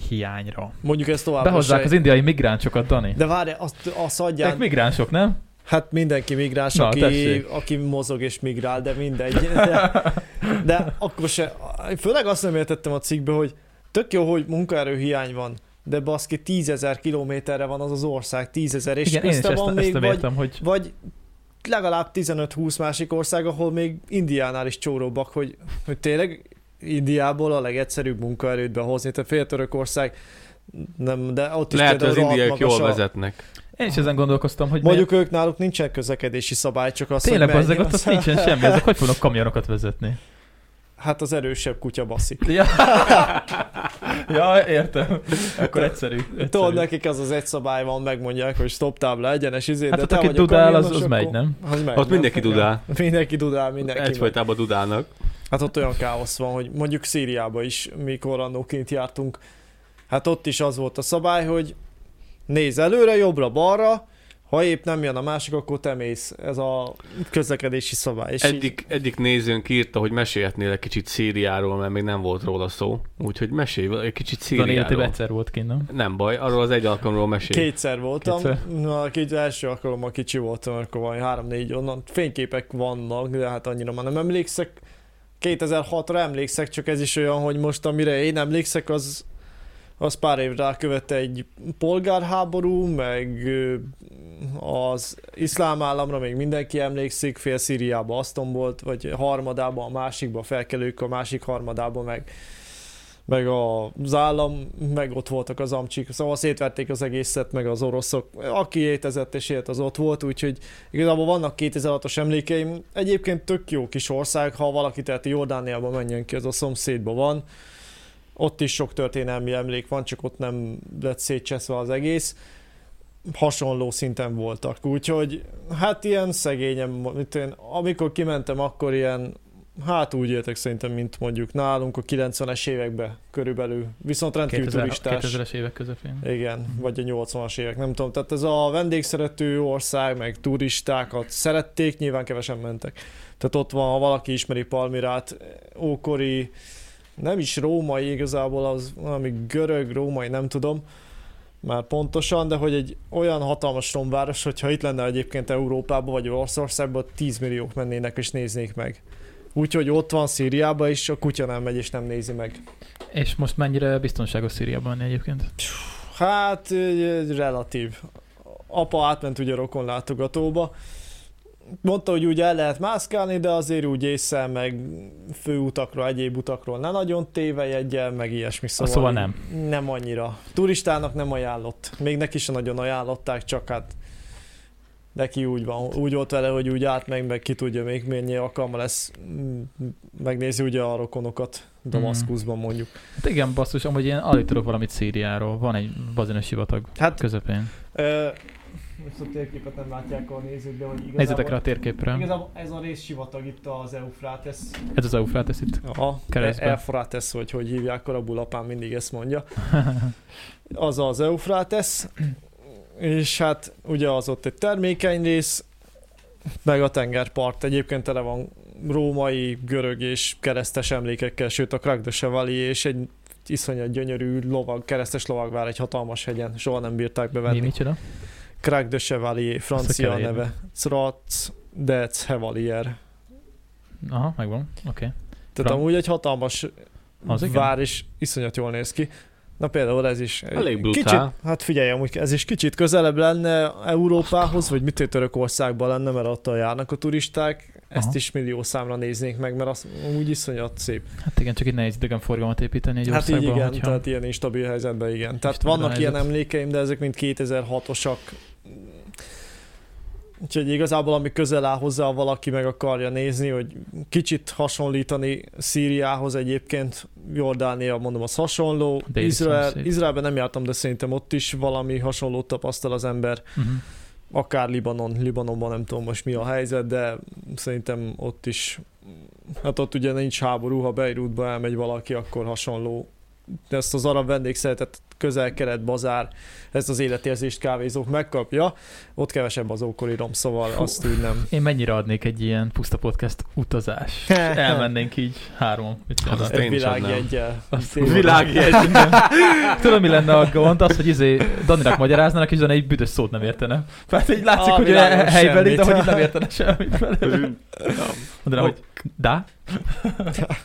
S1: hiányra.
S2: Mondjuk ezt tovább.
S1: Behozzák az indiai migránsokat, Dani.
S2: De várj, azt, azt adják,
S1: Ők migránsok, nem?
S2: Hát mindenki migráns,
S1: Na,
S2: aki,
S1: tessék.
S2: aki mozog és migrál, de mindegy. De, de akkor se, főleg azt nem értettem a cikkbe, hogy tök jó, hogy munkaerőhiány van, de baszki 10.000 kilométerre van az az ország, 10.000, és
S1: Igen, én is
S2: közte
S1: ezt,
S2: van
S1: ezt
S2: még
S1: nem
S2: vagy,
S1: értem, hogy
S2: vagy legalább 15-20 másik ország, ahol még Indiánál is csóróbbak, hogy, hogy tényleg Indiából a legegyszerűbb munkaerőt behozni, tehát fél Törökország, nem, de ott is
S3: Lehet, hogy az
S2: rohadt
S3: indiaiak
S2: magas
S3: jól
S2: a-
S3: vezetnek.
S1: én is ezen gondolkoztam, hogy
S2: Mondjuk ők náluk nincsen közlekedési szabály, csak az,
S1: Tényleg
S2: hogy
S1: azzal
S2: mennyi
S1: ott
S2: az.
S1: az nincsen semmi, ezek hogy fognak kamionokat vezetni?
S2: Hát az erősebb kutya baszik.
S1: Ja, *laughs* ja értem. Akkor egyszerű.
S2: Tudod,
S1: egyszerű.
S2: nekik az az egy szabály van, megmondják, hogy stop tábla egyenes izé,
S1: Hát
S2: de
S1: ott
S2: te
S1: aki
S2: vagy a
S1: dudál, az,
S2: kamionos,
S1: az
S2: akkor-
S1: megy, nem?
S2: Az megy,
S3: Ott
S2: nem?
S3: mindenki dudál.
S2: Mindenki dudál, mindenki megy.
S3: Egyfajtában dudálnak.
S2: Hát ott olyan káosz van, hogy mondjuk Szíriába is, mikor annóként jártunk, hát ott is az volt a szabály, hogy néz előre, jobbra, balra, ha épp nem jön a másik, akkor te mész. Ez a közlekedési szabály. És így-
S3: Egyik, egyik nézőnk írta, hogy mesélhetnél egy kicsit Szíriáról, mert még nem volt róla szó. Úgyhogy mesélj egy kicsit
S1: Tudod, életében
S3: Szíriáról.
S1: egyszer volt kint, nem?
S3: Nem baj, arról az egy alkalomról mesélj.
S2: Kétszer voltam.
S1: Kétszer.
S2: Na, két, első alkalommal kicsi voltam, akkor valami három-négy onnan. Fényképek vannak, de hát annyira már nem emlékszek. 2006-ra emlékszek, csak ez is olyan, hogy most amire én emlékszek, az, az pár év rá követte egy polgárháború, meg ö, az iszlám államra még mindenki emlékszik, fél Szíriába Aston volt, vagy harmadában a másikba felkelők, a másik harmadában meg meg az állam, meg ott voltak az amcsik, szóval szétverték az egészet, meg az oroszok. Aki étezett és élt, az ott volt, úgyhogy igazából vannak 2006-os emlékeim. Egyébként tök jó kis ország, ha valaki teheti Jordániába menjen ki, az a szomszédban van. Ott is sok történelmi emlék van, csak ott nem lett szétcseszve az egész. Hasonló szinten voltak, úgyhogy hát ilyen szegényem, mit én, amikor kimentem, akkor ilyen Hát úgy éltek szerintem, mint mondjuk nálunk a 90-es években körülbelül. Viszont rendkívül
S1: 2000
S2: turistás.
S1: 2000-es évek közepén.
S2: Igen, vagy a 80-as évek, nem tudom. Tehát ez a vendégszerető ország, meg turistákat szerették, nyilván kevesen mentek. Tehát ott van, ha valaki ismeri Palmirát, ókori, nem is római igazából, az valami görög, római, nem tudom már pontosan, de hogy egy olyan hatalmas romváros, hogyha itt lenne egyébként Európában vagy Oroszországban, 10 milliók mennének és néznék meg. Úgyhogy ott van Szíriában, és a kutya nem megy és nem nézi meg.
S1: És most mennyire biztonságos Szíriában lenni egyébként?
S2: Hát ö, relatív. Apa átment ugye rokon látogatóba, mondta, hogy úgy el lehet mászkálni, de azért úgy észre, meg főutakról, egyéb utakról ne nagyon tévejegyen, meg ilyesmi.
S1: Szóval, szóval nem.
S2: Nem annyira. Turistának nem ajánlott. Még neki sem nagyon ajánlották, csak hát neki úgy van, úgy volt vele, hogy úgy át meg, meg ki tudja még mennyi alkalma lesz mm, megnézi ugye a rokonokat
S1: Mhm.
S2: Damaszkuszban mondjuk.
S1: Hát igen, basszus, amúgy én alig tudok valamit Szíriáról. Van egy bazinos sivatag
S2: Hát
S1: közepén.
S2: Ö, most a térképet nem látják a nézők, de hogy igazából,
S1: Nézzetek rá a térképre.
S2: Igazából ez a rész sivatag itt az Eufrates.
S1: Ez az Eufrates itt.
S2: Aha, E-
S1: Keresztbe.
S2: Eufrates, vagy hogy hívják, arabul apám mindig ezt mondja. Az az Eufrates, és hát ugye az ott egy termékeny rész, meg a tengerpart. Egyébként tele van római, görög és keresztes emlékekkel, sőt a Crac de Chevalier és egy iszonyat gyönyörű lovag, keresztes lovagvár egy hatalmas hegyen, soha nem bírták bevenni.
S1: Mi, micsoda?
S2: Crac de Chevalier,
S1: Azt
S2: francia
S1: a keverjét.
S2: neve. Crac de Chevalier.
S1: Aha, megvan. Oké. Fra-
S2: Tehát amúgy egy hatalmas
S1: Az igen.
S2: vár, és iszonyat jól néz ki. Na például ez is.
S3: Elég brutál.
S2: kicsit, Hát figyelj, amúgy ez is kicsit közelebb lenne Európához, vagy mit Törökországban lenne, mert attól járnak a turisták. Ezt
S1: Aha.
S2: is millió számra néznék meg, mert az úgy iszonyat szép.
S1: Hát igen, csak itt nehéz idegen forgalmat építeni egy
S2: hát így
S1: országban,
S2: igen,
S1: hogyha...
S2: tehát ilyen instabil helyzetben igen. Tehát
S1: Instabil
S2: vannak
S1: helyzet.
S2: ilyen emlékeim, de ezek mind 2006-osak. Úgyhogy igazából, ami közel áll hozzá, ha valaki meg akarja nézni, hogy kicsit hasonlítani Szíriához egyébként, Jordánia mondom, az hasonló.
S1: Déli
S2: Izrael,
S1: szomszéd.
S2: Izraelben nem jártam, de szerintem ott is valami hasonlót tapasztal az ember.
S1: Uh-huh.
S2: Akár Libanon, Libanonban nem tudom most mi a helyzet, de szerintem ott is, hát ott ugye nincs háború, ha Beirutba elmegy valaki, akkor hasonló. Ezt az arab vendégszeretet közel-kelet bazár, ezt az életérzést kávézók megkapja, ott kevesebb az ókori rom, szóval
S1: Fú.
S2: azt úgy nem.
S1: Én mennyire adnék egy ilyen puszta podcast
S2: *laughs*
S1: utazás? És Elmennénk így három. mit tudom,
S3: Az
S1: oda.
S3: Én
S2: Egy
S3: sem nem.
S2: világjeggyel.
S1: Azt
S2: Tényleg.
S1: világjegy.
S2: *laughs*
S1: Tudom, mi lenne a gond? Az, hogy izé Daninak magyaráznának, és Dani egy büdös szót nem értene. Hát így látszik,
S2: A
S1: hogy
S2: világon
S1: olyan helybeli, de
S2: semmit.
S1: hogy így nem értene semmit belőle. Mondanám, hogy dá? *laughs*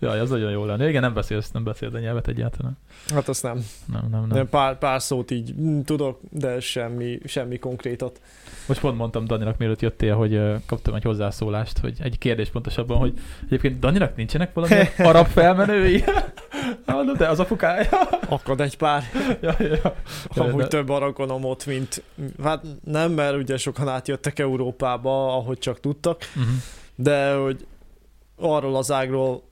S1: Jaj, az nagyon jó lenne. Igen, nem beszélsz, nem beszélsz a nyelvet egyáltalán.
S2: Hát azt nem.
S1: Nem, nem, nem.
S2: nem. Pár, pár szót így mm, tudok, de semmi, semmi konkrétat.
S1: Most pont mondtam Daninak, mielőtt jöttél, hogy ö, kaptam egy hozzászólást, hogy egy kérdés pontosabban, hogy egyébként Daninak nincsenek valami arab felmenői? Mondom, de az apukája.
S2: Akad egy pár.
S1: ja, ja, ja.
S2: Amúgy
S1: de-
S2: több a rokonom ott, mint... Hát nem, mert ugye sokan átjöttek Európába, ahogy csak tudtak,
S3: Mhm.
S1: Uh-huh.
S2: de hogy arról az ágról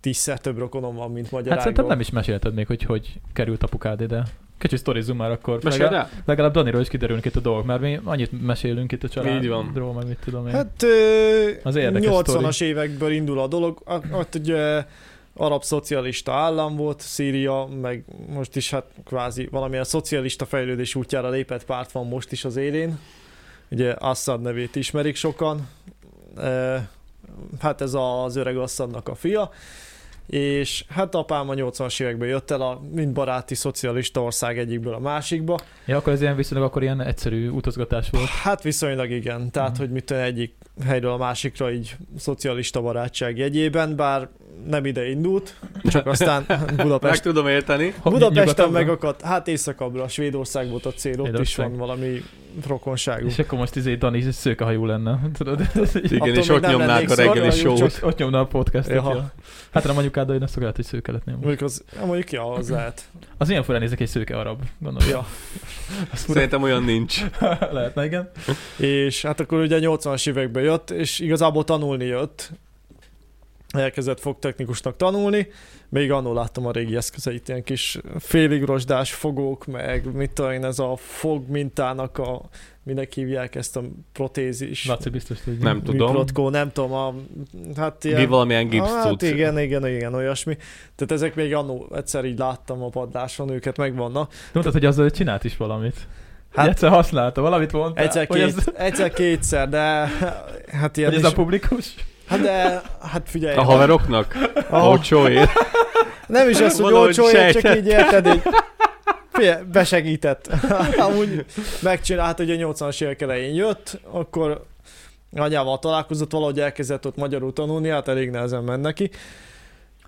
S2: tízszer több rokonom van, mint magyar
S1: Hát szerintem
S2: ágról.
S1: nem is mesélted még, hogy hogy került apukád ide. Kicsit sztorizunk már akkor.
S3: Mesélj
S1: Legalább,
S3: rá?
S1: legalább Daniról is kiderülünk itt a dolgok, mert mi annyit mesélünk itt a
S3: Így van.
S1: családról, meg mit tudom én. Hát,
S2: Hát ö,
S1: Az érdekes
S2: 80-as évekből indul a dolog, A- ott ugye arab szocialista állam volt, Szíria, meg most is hát kvázi valamilyen szocialista fejlődés útjára lépett párt van most is az élén. Ugye Assad nevét ismerik sokan, Ö, hát ez az öreg Assadnak a fia, és hát apám a 80-as években jött el, a, mint baráti szocialista ország egyikből a másikba,
S1: ja, akkor ez ilyen viszonylag akkor ilyen egyszerű utazgatás volt.
S2: Hát viszonylag igen, tehát
S1: Mhm.
S2: hogy mit tudom, egyik helyről a másikra így szocialista barátság jegyében, bár nem ide indult,
S1: *laughs*
S2: csak aztán
S3: Meg
S2: Budapest.
S3: tudom érteni.
S1: Ha
S2: Budapesten
S1: nyugatabbra.
S2: megakadt, hát északabbra, Svédország volt a cél, ott is
S1: Svédország.
S2: van valami rokonságú.
S1: És akkor most izé Dani szőkehajú lenne, tudod?
S3: Igen,
S2: Attól
S3: és
S2: még
S3: ott
S2: nem
S3: nyomnák
S2: lennék
S3: a reggeli
S2: szarva,
S3: show
S1: Ott, ott nyomna a podcastet.
S2: Jaha.
S1: Ja. Hát nem mondjuk Áda, hogy ne szokott, hogy szőke lett nem.
S2: Mondjuk az, ja, mondjuk ja, az lehet.
S1: Az ilyen furán nézek egy szőke arab, gondolom.
S2: Ja.
S1: Az fura.
S3: Szerintem olyan nincs.
S1: *laughs* Lehetne, igen.
S2: És hát akkor ugye 80-as években jött, és igazából tanulni jött. elkezdett fogtechnikusnak tanulni. Még annól láttam a régi eszközeit, ilyen kis féligrosdás fogók, meg mit tudom én, ez a fog mintának a, minek hívják ezt a protézis.
S1: Laci biztos tudja.
S3: Nem tudom.
S2: Mikrotkó, nem tudom, a, hát ilyen...
S3: Mi valamilyen gipsz
S2: Hát
S3: cucc.
S2: igen, igen, igen, olyasmi. Tehát ezek még annó egyszer így láttam a padláson, őket megvannak.
S1: De mondtad, hogy azzal csinált is valamit. Hát,
S2: Hát-
S1: egyszer használta, valamit mondtál. hogy
S2: Egyszer-kétszer,
S1: ez,
S2: két, egyszer-kétszer, de hát ilyen
S1: hogy ez
S2: is,
S1: a publikus?
S2: Hát de, hát figyelj.
S3: A haveroknak?
S2: a-
S3: A olcsóért?
S2: Nem is az, hogy
S3: Valahogy
S2: olcsó, ér, csak
S3: sejtett.
S2: így érted, így Figyelj, besegített. *laughs* Amúgy megcsinált, hogy a 80-as évek elején jött, akkor anyával találkozott, valahogy elkezdett ott magyarul tanulni, hát elég nehezen ment neki.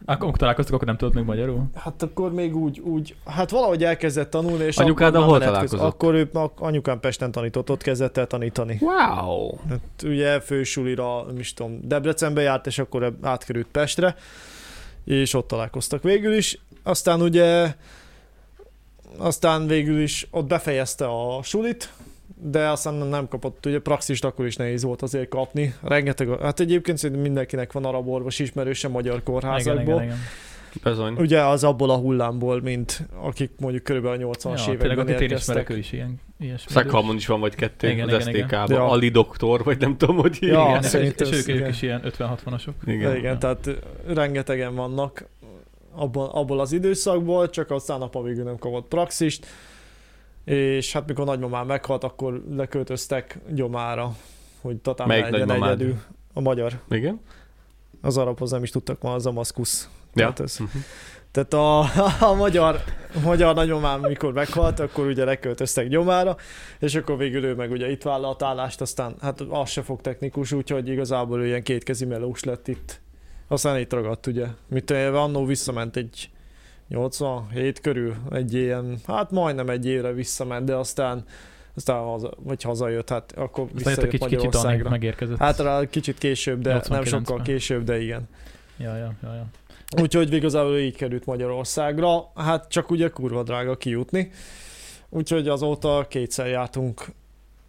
S1: Akkor amikor találkoztak, akkor nem tudott még magyarul.
S2: Hát akkor még úgy, úgy, hát valahogy elkezdett tanulni, és
S3: Anyukáddal
S2: akkor nem
S3: hol
S2: menet köz-
S3: találkozott?
S2: Akkor ő ak- anyukám Pesten tanított, ott kezdett el tanítani.
S3: Wow!
S2: Hát ugye fősulira, nem is tudom, Debrecenbe járt, és akkor eb- átkerült Pestre, és ott találkoztak végül is. Aztán ugye, aztán végül is ott befejezte a sulit, de aztán nem kapott, ugye praxist akkor is nehéz volt azért kapni. Rengeteg, hát egyébként szerintem mindenkinek van arab orvos ismerőse magyar kórházakból.
S1: igen.
S3: Bezony.
S2: Ugye az abból a hullámból, mint akik mondjuk körülbelül a 80-as ja,
S1: Ja, tényleg,
S2: években
S1: akit én ismerek, ő
S2: Szóval érkeztek.
S1: is ilyen, ilyesmi.
S3: Szekhalmon is van vagy kettő
S1: Igen, igen,
S3: igen, az STK-ban.
S2: igen. Ja.
S3: Ali doktor, vagy nem tudom, hogy
S2: Ja,
S1: Igen,
S3: hívják.
S1: és, és,
S2: Ah, szerintem
S1: és
S2: ez-
S1: ők,
S2: igen.
S1: ők is ilyen 50-60-asok.
S2: Igen,
S3: igen.
S2: igen, tehát rengetegen vannak abban, abból az időszakból, csak aztán apa végül nem kapott praxist, és hát mikor nagymamám meghalt, akkor leköltöztek gyomára, hogy tatám ne
S3: Melyik
S2: legyen
S3: nagymamád?
S2: egyedül. A magyar.
S3: Igen?
S2: Az arabhoz nem is tudtak ma, az amaszkusz.
S3: Ja.
S2: Tehát, ez, tehát a, *laughs* a magyar, magyar nagymamám, mikor meghalt, akkor ugye leköltöztek gyomára, és akkor végül ő meg ugye itt vállalt állást, aztán hát az se fog technikus, úgyhogy igazából ő ilyen kétkezi melós lett itt. Aztán itt ragadt, ugye. Mit tudom, én, annó visszament egy 87 körül, egy ilyen, hát majdnem egy évre visszament, de aztán aztán haza, vagy hazajött, hát akkor
S1: Aztán jött a kicsit,
S2: visszajött
S1: kicsit annék
S2: Magyarországra.
S1: megérkezett.
S2: Hát rá kicsit később, de nem
S1: 89-ben.
S2: sokkal később, de igen.
S1: Ja, ja, ja, ja.
S2: Úgyhogy igazából így került Magyarországra, hát csak ugye kurva drága kijutni. Úgyhogy azóta kétszer jártunk,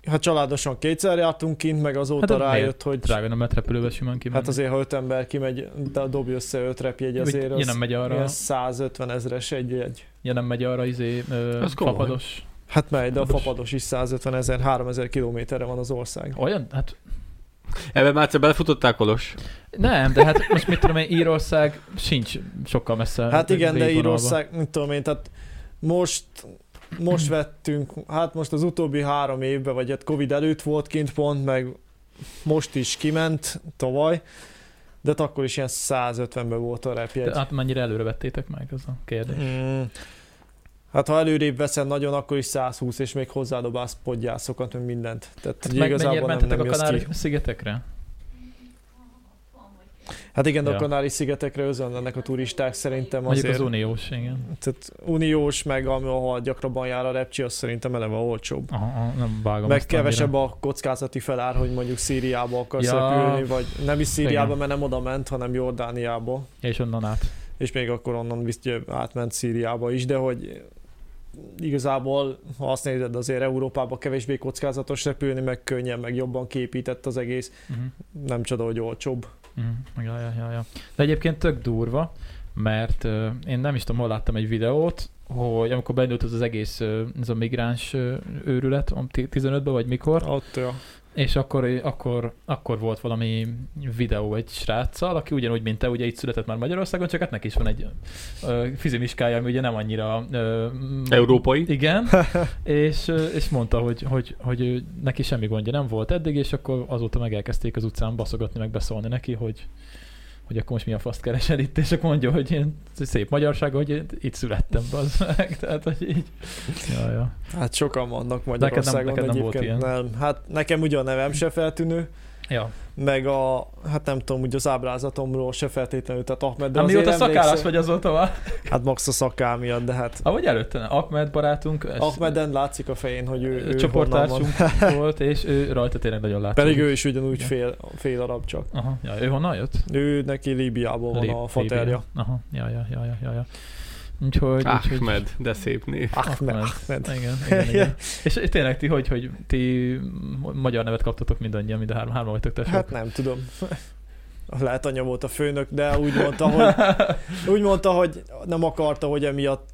S2: hát családosan kétszer jártunk kint, meg azóta
S1: Hát
S2: hát
S1: ez
S2: rájött, hogy
S1: Drága nem lehet repülővel simán kimenni.
S2: hát azért, ha öt ember kimegy, de dobj össze öt repjegy,
S1: Vagy
S2: azért
S1: ilyen
S2: az
S1: nem megy arra,
S2: ilyen 150 ezres egy jegy.
S1: ilyen nem megy arra izé, ö,
S3: Az komoly.
S1: fapados.
S2: Hát megy, de a
S1: Fapados.
S2: fapados is 150 ezer, 3000 kilométerre van az ország.
S1: Olyan? Hát
S3: Ebben már egyszer belefutották Kolos?
S1: Nem, de hát most mit tudom én, Írország sincs sokkal messze.
S2: Hát igen, de
S1: végvonalba.
S2: Írország, mit tudom én, tehát most, most vettünk, hát most az utóbbi három évben, vagy hát Covid előtt volt kint pont, meg most is kiment tavaly, de hát akkor is ilyen 150-ben volt a repjegy.
S1: De hát mennyire előre vettétek meg, ez a kérdés.
S2: Mm. Hát ha előrébb veszed nagyon, akkor is 120, és még hozzádobálsz podgyászokat, meg mindent. Tehát
S1: Hát
S2: így
S1: meg mennyire
S2: igazából nem,
S1: mentetek
S2: nem
S1: a
S2: jössz ki.
S1: Kanári-szigetekre?
S2: Hát igen, de
S1: Ja.
S2: a Kanári-szigetekre özönlenek a turisták szerintem
S1: Mondjuk
S2: azért.
S1: az uniós, igen.
S2: Tehát uniós, meg ami, ahol gyakrabban jár a repcsi, az szerintem eleve olcsóbb.
S1: Aha, aha, nem vágom.
S2: Meg
S1: ezt annyira.
S2: kevesebb a kockázati felár, hogy mondjuk Szíriába akarsz
S1: Ja.
S2: ja. repülni, vagy nem is Szíriába,
S1: Igen.
S2: mert nem oda ment, hanem Jordániába,
S1: Ja, és onnan át.
S2: és még akkor onnan biztos átment Szíriába is, de hogy igazából, ha azt nézed, azért Európába kevésbé kockázatos repülni, meg könnyen, meg jobban képített az egész,
S1: Uh-huh.
S2: nem csoda, hogy olcsóbb.
S1: Mm, ja, ja, ja, ja. De egyébként tök durva, mert uh, én nem is tudom, hol láttam egy videót, hogy amikor beindult az, az egész uh, ez a migráns uh, őrület, am- 15-ben vagy mikor,
S2: Ott, ja.
S1: És akkor, akkor, akkor volt valami videó egy sráccal, aki ugyanúgy, mint te, ugye itt született már Magyarországon, csak hát neki is van egy ö, fizimiskája, ami ugye nem annyira... Ö, m-
S3: Európai?
S1: Igen, és, ö, és mondta, hogy, hogy, hogy ő, neki semmi gondja nem volt eddig, és akkor azóta meg elkezdték az utcán baszogatni, meg beszólni neki, hogy hogy akkor most mi a faszt keresel itt, és akkor mondja, hogy én szép magyarság, hogy én itt születtem, az meg, *laughs* tehát, hogy így. Ja, ja.
S2: Hát sokan vannak
S1: nem-
S2: Magyarországon
S1: neked nem volt
S2: egyébként. nem, hát nekem ugye a nevem se feltűnő,
S1: ja.
S2: meg a, hát nem tudom, ugye az ábrázatomról se feltétlenül, tehát Ahmed, de
S1: De
S2: azért
S1: Hát mióta szakállas
S2: emlékszem-
S1: vagy azóta már?
S2: Hát max a szakál miatt, de hát
S1: Ahogy előtte, nem. Ahmed barátunk, ez
S2: Ahmeden látszik a fején, hogy ő, ő honnan
S1: csoporttársunk
S2: van.
S1: volt, és ő rajta tényleg nagyon látszik.
S2: Pedig ő is ugyanúgy
S1: Igen.
S2: fél, fél arab csak.
S1: Aha, ja, ő honnan jött?
S2: Ő neki Líbiából van
S1: Lib-
S2: a faterja.
S1: Líbia. Aha, ja, ja, ja, ja, ja, ja. Úgyhogy...
S3: Ah,
S1: úgyhogy-
S3: Ahmed, de szép név.
S2: Ahmed.
S1: Ahmed.
S2: Ah, Ahmed.
S1: Igen, igen,
S2: *laughs*
S1: igen. és, és tényleg ti, hogy, hogy ti magyar nevet kaptatok mindannyian, mind a három, hárma vagytok tesók.
S2: Hát nem tudom. lehet anya volt a főnök, de úgy mondta,
S1: *laughs*
S2: hogy, úgy mondta, hogy nem akarta, hogy emiatt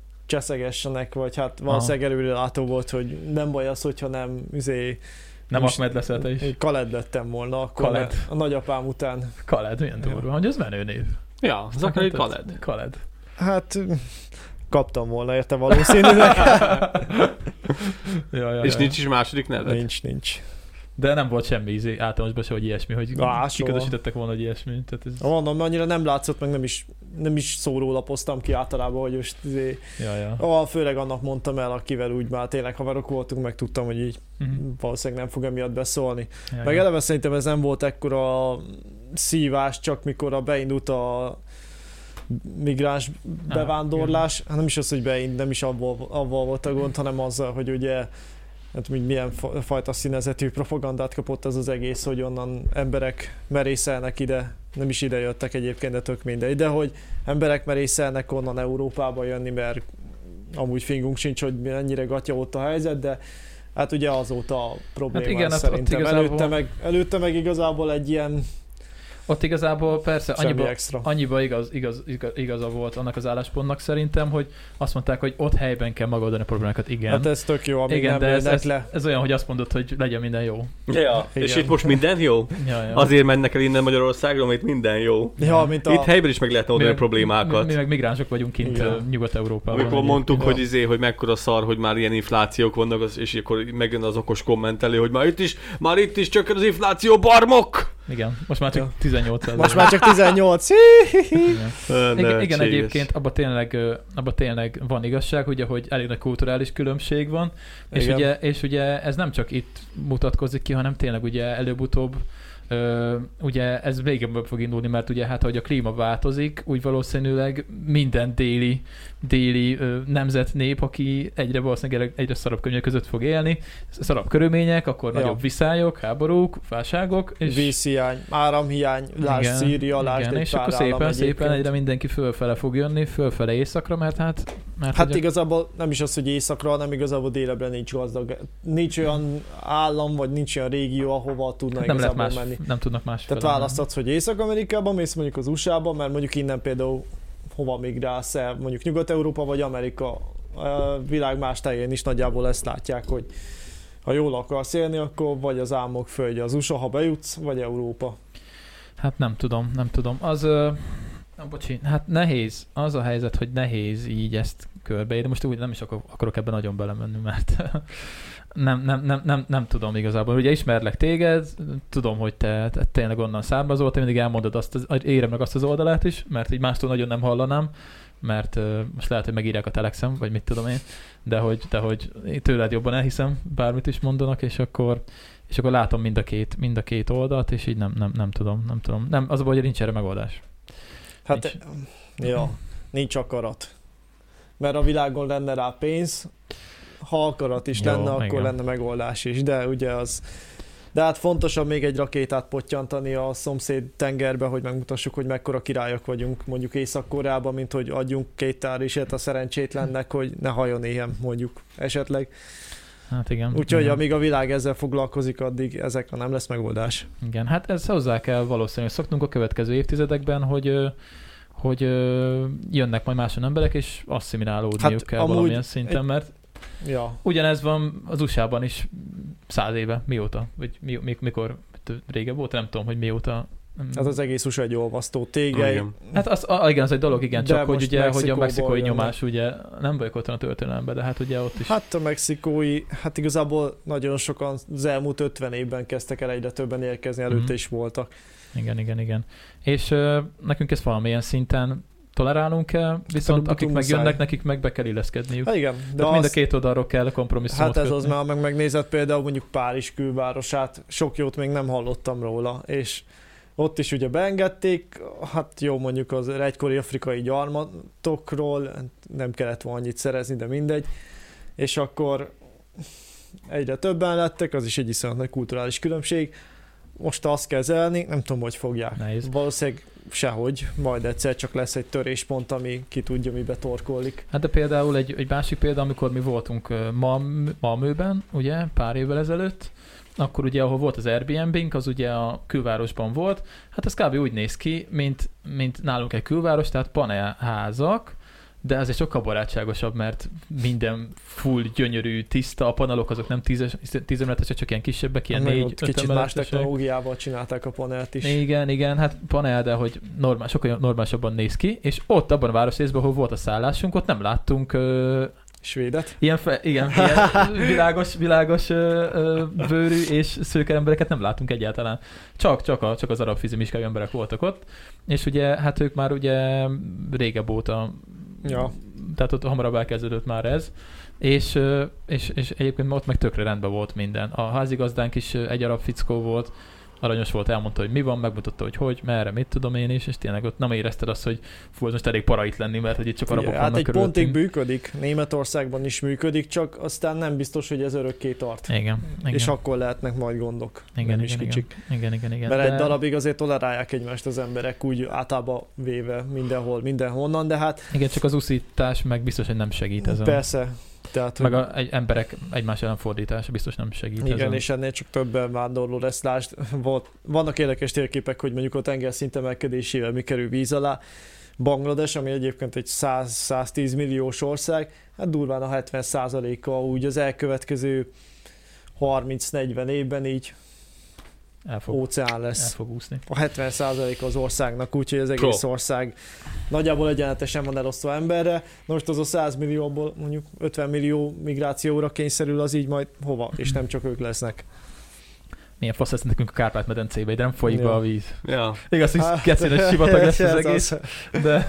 S2: cseszegessenek, vagy hát valószínűleg előrelátó volt, hogy nem baj az, hogyha nem izé, üzé,
S1: Nem
S2: Most-
S1: Ahmed hát, leszel te is.
S2: Kaled lettem volna, akkor
S1: Kaled.
S2: mert a nagyapám után.
S1: Kaled, milyen durva, hogy ez menő név. Hát,
S3: Ja, Zakari
S1: Nekem tetsz-
S3: Kaled.
S1: Kaled.
S3: *laughs*
S2: Hát kaptam volna érte
S1: *laughs*
S2: valószínűleg.
S1: ja, ja,
S3: És
S1: ja.
S3: nincs is második neve.
S2: nincs, nincs.
S1: De nem volt semmi izé, általánosban se, hogy ilyesmi, hogy
S2: Á,
S1: Á,
S2: soha.
S1: kiközösítettek volna, hogy ilyesmi. Tehát ez...
S2: Mondom, mert annyira nem látszott, meg nem is, nem is szórólapoztam ki általában, hogy most izé,
S1: Ja, ja.
S2: ah, főleg annak mondtam el, akivel úgy már tényleg haverok voltunk, meg tudtam, hogy így
S1: Mhm.
S2: valószínűleg nem fog emiatt beszólni.
S1: ja,
S2: Meg
S1: ja.
S2: eleve szerintem ez nem volt ekkora szívás, csak mikor a beindult a migráns bevándorlás, hát nem is az, hogy beindult, nem is abból, abból volt a gond, hanem azzal, hogy ugye hát hogy milyen fa- fajta színezetű propagandát kapott ez az egész, hogy onnan emberek merészelnek ide, nem is ide jöttek egyébként, de tök mindegy, de hogy emberek merészelnek onnan Európába jönni, mert amúgy fingunk sincs, hogy mennyire gatya volt a helyzet, de hát ugye azóta a probléma hát
S1: igen,
S2: igen,
S1: ott- ott
S2: szerintem.
S1: igazából-
S2: előtte, meg, előtte meg igazából egy ilyen
S1: Ott igazából persze
S2: semmi
S1: annyiba,
S2: extra.
S1: annyiba igaz, igaz, igaz, igaza volt annak az álláspontnak szerintem, hogy azt mondták, hogy ott helyben kell megoldani a problémákat. Igen.
S2: Hát ez tök jó, amíg
S1: igen,
S2: nem
S1: de ez,
S2: lőnek
S1: ez,
S2: le.
S1: ez, olyan, hogy azt mondod, hogy legyen minden jó.
S3: Ja, és
S2: Igen.
S3: itt most minden jó?
S1: Ja, ja.
S3: Azért mennek el innen Magyarországról, mert itt minden jó.
S2: Ja, mint a...
S3: Itt helyben is meg lehet
S1: Mi
S3: oldani a
S1: meg-
S3: problémákat.
S1: Mi, mi, meg migránsok vagyunk kint
S2: Igen.
S1: ö, Nyugat-Európában.
S3: Amikor
S1: egyébként.
S3: mondtuk,
S1: Ja.
S3: hogy izé, hogy mekkora szar, hogy már ilyen inflációk vannak, az, és akkor megjön az okos kommentelő, hogy már itt is, már itt is csökken az infláció, barmok!
S1: Igen, most már csak
S2: Ja.
S1: 18 százalék.
S2: Most már csak 18. Hí, hí, hí.
S1: Igen. Igen, igen egyébként abban tényleg, ö, abba tényleg van igazság, ugye, hogy elég nagy kulturális különbség van, és
S2: Igen.
S1: ugye, és ugye ez nem csak itt mutatkozik ki, hanem tényleg ugye előbb-utóbb ö, ugye ez végebb fog indulni, mert ugye hát, ahogy a klíma változik, úgy valószínűleg minden déli, déli ö, nemzet, nép, aki egyre valószínűleg egyre szarabb környezet között fog élni, szarabb körülmények, akkor
S2: Ja.
S1: nagyobb viszályok, háborúk, válságok, és
S2: Vízhiány, áramhiány, lásd
S1: igen,
S2: Szíria, lásd
S1: igen,
S2: egy
S1: és
S2: pár
S1: akkor
S2: állam
S1: szépen, szépen
S2: egyébként.
S1: egyre mindenki fölfele fog jönni, fölfele éjszakra, mert hát... Mert
S2: Hát
S1: ugye-
S2: igazából nem is az, hogy északra, hanem igazából délebbre nincs gazdag. Nincs olyan állam, vagy nincs olyan régió, ahova tudna
S1: Hát nem lehet
S2: igazából
S1: más,
S2: menni.
S1: nem tudnak más
S2: Tehát
S1: fele,
S2: választhatsz, hogy Észak-Amerikába mész mondjuk az USA-ba, mert mondjuk innen például hova migrálsz el, mondjuk Nyugat-Európa vagy Amerika, a világ más tájén is nagyjából ezt látják, hogy ha jól akarsz élni, akkor vagy az álmok földje az USA, ha bejutsz, vagy Európa.
S1: nem. Hát nem tudom, nem tudom. Az... Ö... Na, bocsi, hát nehéz. Az a helyzet, hogy nehéz így ezt körbeírni. Most úgy nem is akar- akarok ebben nagyon belemenni, mert *laughs* nem, nem, nem, nem, nem, tudom igazából. Ugye ismerlek téged, tudom, hogy te, te tényleg onnan származol, te mindig elmondod azt, az, érem meg azt az oldalát is, mert így mástól nagyon nem hallanám, mert ö, most lehet, hogy megírják a telexem, vagy mit tudom én, de hogy, de hogy én tőled jobban elhiszem, bármit is mondanak, és akkor és akkor látom mind a két, mind a két oldalt, és így nem, nem, nem tudom, nem tudom. Nem, az a baj, hogy nincs erre megoldás.
S2: Hát, ja, nincs akarat. Mert a világon lenne rá pénz, ha akarat is
S1: Jó,
S2: lenne, akkor
S1: igen.
S2: lenne megoldás is, de ugye az... De hát fontosabb még egy rakétát pottyantani a szomszéd tengerbe, hogy megmutassuk, hogy mekkora királyok vagyunk mondjuk Észak-Koreában, mint hogy adjunk két tárisét a szerencsétlennek, hogy ne hajon éhen mondjuk esetleg.
S1: Hát igen.
S2: Úgyhogy
S1: igen.
S2: amíg a világ ezzel foglalkozik, addig ezekre nem lesz megoldás.
S1: Igen, hát ez hozzá kell valószínűleg szoknunk a következő évtizedekben, hogy ö, hogy ö, jönnek majd máson emberek, és asszimilálódniuk
S2: Hát
S1: hát, kell
S2: amúgy
S1: valamilyen szinten, mert
S2: Ja,
S1: ugyanez van az USA-ban is száz éve, mióta, vagy mi, mi, mikor, régebb volt, nem tudom, hogy mióta. nem-
S2: ez Hát az egész USA egy olvasztó tégely.
S3: Igen.
S1: Hát az, a, igen, az egy dolog, igen,
S2: De
S1: csak hogy
S2: most
S1: ugye, hogy a
S2: Mexikóból
S1: mexikói
S2: jönnek.
S1: nyomás, ugye, nem vagyok otthon a történelemben, de hát ugye ott is.
S2: Hát a mexikói, hát igazából nagyon sokan az elmúlt 50 évben kezdtek el egyre többen érkezni, előtte
S1: Mhm.
S2: is voltak.
S1: Igen, igen, igen. És ö, nekünk ezt valamilyen szinten tolerálnunk kell, viszont
S2: előbb-utóbb
S1: akik
S2: muszáj.
S1: megjönnek, nekik meg be kell illeszkedniük.
S2: Hát igen,
S1: De
S2: de
S1: mind a
S2: az,
S1: két oldalról kell a kompromisszumot
S2: hát ez
S1: kötni.
S2: az már, meg megnézett például mondjuk Párizs külvárosát, sok jót még nem hallottam róla, és ott is ugye beengedték, hát jó mondjuk az egykori afrikai gyarmatokról, nem kellett volna annyit szerezni, de mindegy, és akkor egyre többen lettek, az is egy iszonyat nagy kulturális különbség, most azt kezelni, nem tudom, hogy fogják.
S1: Nehéz.
S2: Valószínűleg sehogy, majd egyszer csak lesz egy töréspont, ami ki tudja, mibe torkollik.
S1: Hát de például egy, egy másik példa, amikor mi voltunk ö, Mam, Mamőben, ugye, pár évvel ezelőtt, akkor ugye, ahol volt az Airbnb-nk, az ugye a külvárosban volt, hát ez kb. úgy néz ki, mint, mint nálunk egy külváros, tehát panelházak, de azért sokkal barátságosabb, mert minden full gyönyörű, tiszta, a panelok azok nem 10 emeletes, csak ilyen kisebbek, ilyen
S2: Hát Meg
S1: 4
S2: ott Kicsit más technológiával csinálták a panelt is.
S1: igen, igen, hát panel, de hogy normál, sokkal normálisabban néz ki, és ott abban a városrészben, ahol volt a szállásunk, ott nem láttunk ö,
S2: Svédet.
S1: Ilyen, fe, igen, ilyen világos, világos ö, ö, bőrű és szőke embereket nem látunk egyáltalán. Csak, csak, a, csak az arab fizimiskájú emberek voltak ott, és ugye, hát ők már ugye régebb óta,
S2: Ja.
S1: tehát ott hamarabb elkezdődött már ez, és, ö, és, és egyébként ott meg tökre rendben volt minden. A házigazdánk is ö, egy arab fickó volt, aranyos volt, elmondta, hogy mi van, megmutatta, hogy hogy, merre, mit tudom én is, és tényleg ott nem érezted azt, hogy fú, ez most elég para itt lenni, mert hogy itt csak arabok
S2: Igen,
S1: yeah,
S2: hát
S1: vannak
S2: egy pontig
S1: körülöttünk.
S2: működik, Németországban is működik, csak aztán nem biztos, hogy ez örökké tart.
S1: Igen, igen.
S2: És akkor lehetnek majd gondok.
S1: Igen,
S2: nem
S1: igen,
S2: is
S1: igen.
S2: kicsik.
S1: Igen, igen, igen.
S2: Mert egy darabig azért tolerálják egymást az emberek, úgy általában véve mindenhol, mindenhonnan, de hát
S1: Igen, csak az uszítás meg biztos, hogy nem segít ezen.
S2: persze, tehát
S1: Meg
S2: hogy
S1: a, egy emberek egymás ellen fordítása biztos nem segít
S2: igen,
S1: ezen.
S2: és ennél csak többen vándorló lesz, lásd, volt, vannak érdekes térképek, hogy mondjuk a tengerszint emelkedésével mi kerül víz alá, Banglades, ami egyébként egy 100-110 milliós ország, hát durván a 70 a úgy az elkövetkező 30-40 évben így
S1: el, fog,
S2: óceán
S1: el
S2: lesz.
S1: fog úszni.
S2: a 70% az országnak, úgyhogy az
S3: Pro.
S2: egész ország nagyjából egyenletesen van elosztva emberre. Na most az a 100 millióból mondjuk 50 millió migrációra kényszerül, az így majd hova, és nem csak ők lesznek.
S1: Milyen fasz lesz nekünk a Kárpát-medencébe, de nem folyik
S2: Ja.
S1: be a víz.
S3: Ja.
S1: Igaz,
S2: Ah.
S1: hogy kecénes
S2: *laughs*
S1: sivatag lesz az egész, de...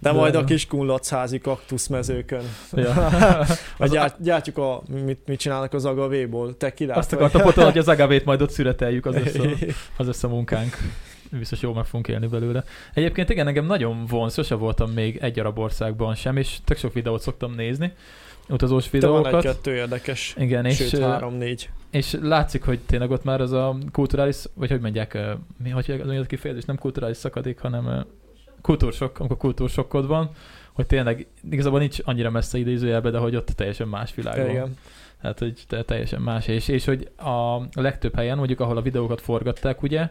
S2: De majd a kis kunlacházi kaktuszmezőkön.
S1: Ja.
S2: *laughs* Vagy gyárt, gyártjuk a, mit, mit csinálnak az agavéból, tekilát.
S1: Azt
S2: vagy-
S1: akartam potolni, hogy az agavét majd ott szüreteljük, az
S2: *laughs*
S1: lesz a, az lesz a munkánk. Biztos jól meg fogunk élni belőle. Egyébként igen, engem nagyon vonz, sose voltam még egy arab országban sem, és tök sok videót szoktam nézni, utazós
S2: De van
S1: videókat.
S2: egy-kettő érdekes.
S1: Igen, és,
S2: Sőt, három-négy.
S1: és látszik, hogy tényleg ott már az a kulturális, vagy hogy mondják, ö, mi, hogy az a kifejezés, nem kulturális szakadék, hanem ö, kultúrsok, amikor kultúrsokkod van, hogy tényleg igazából nincs annyira messze idézőjelbe, de hogy ott teljesen más világ van.
S2: Igen.
S1: Hát, hogy te- teljesen más. És, és hogy a legtöbb helyen, mondjuk ahol a videókat forgatták, ugye,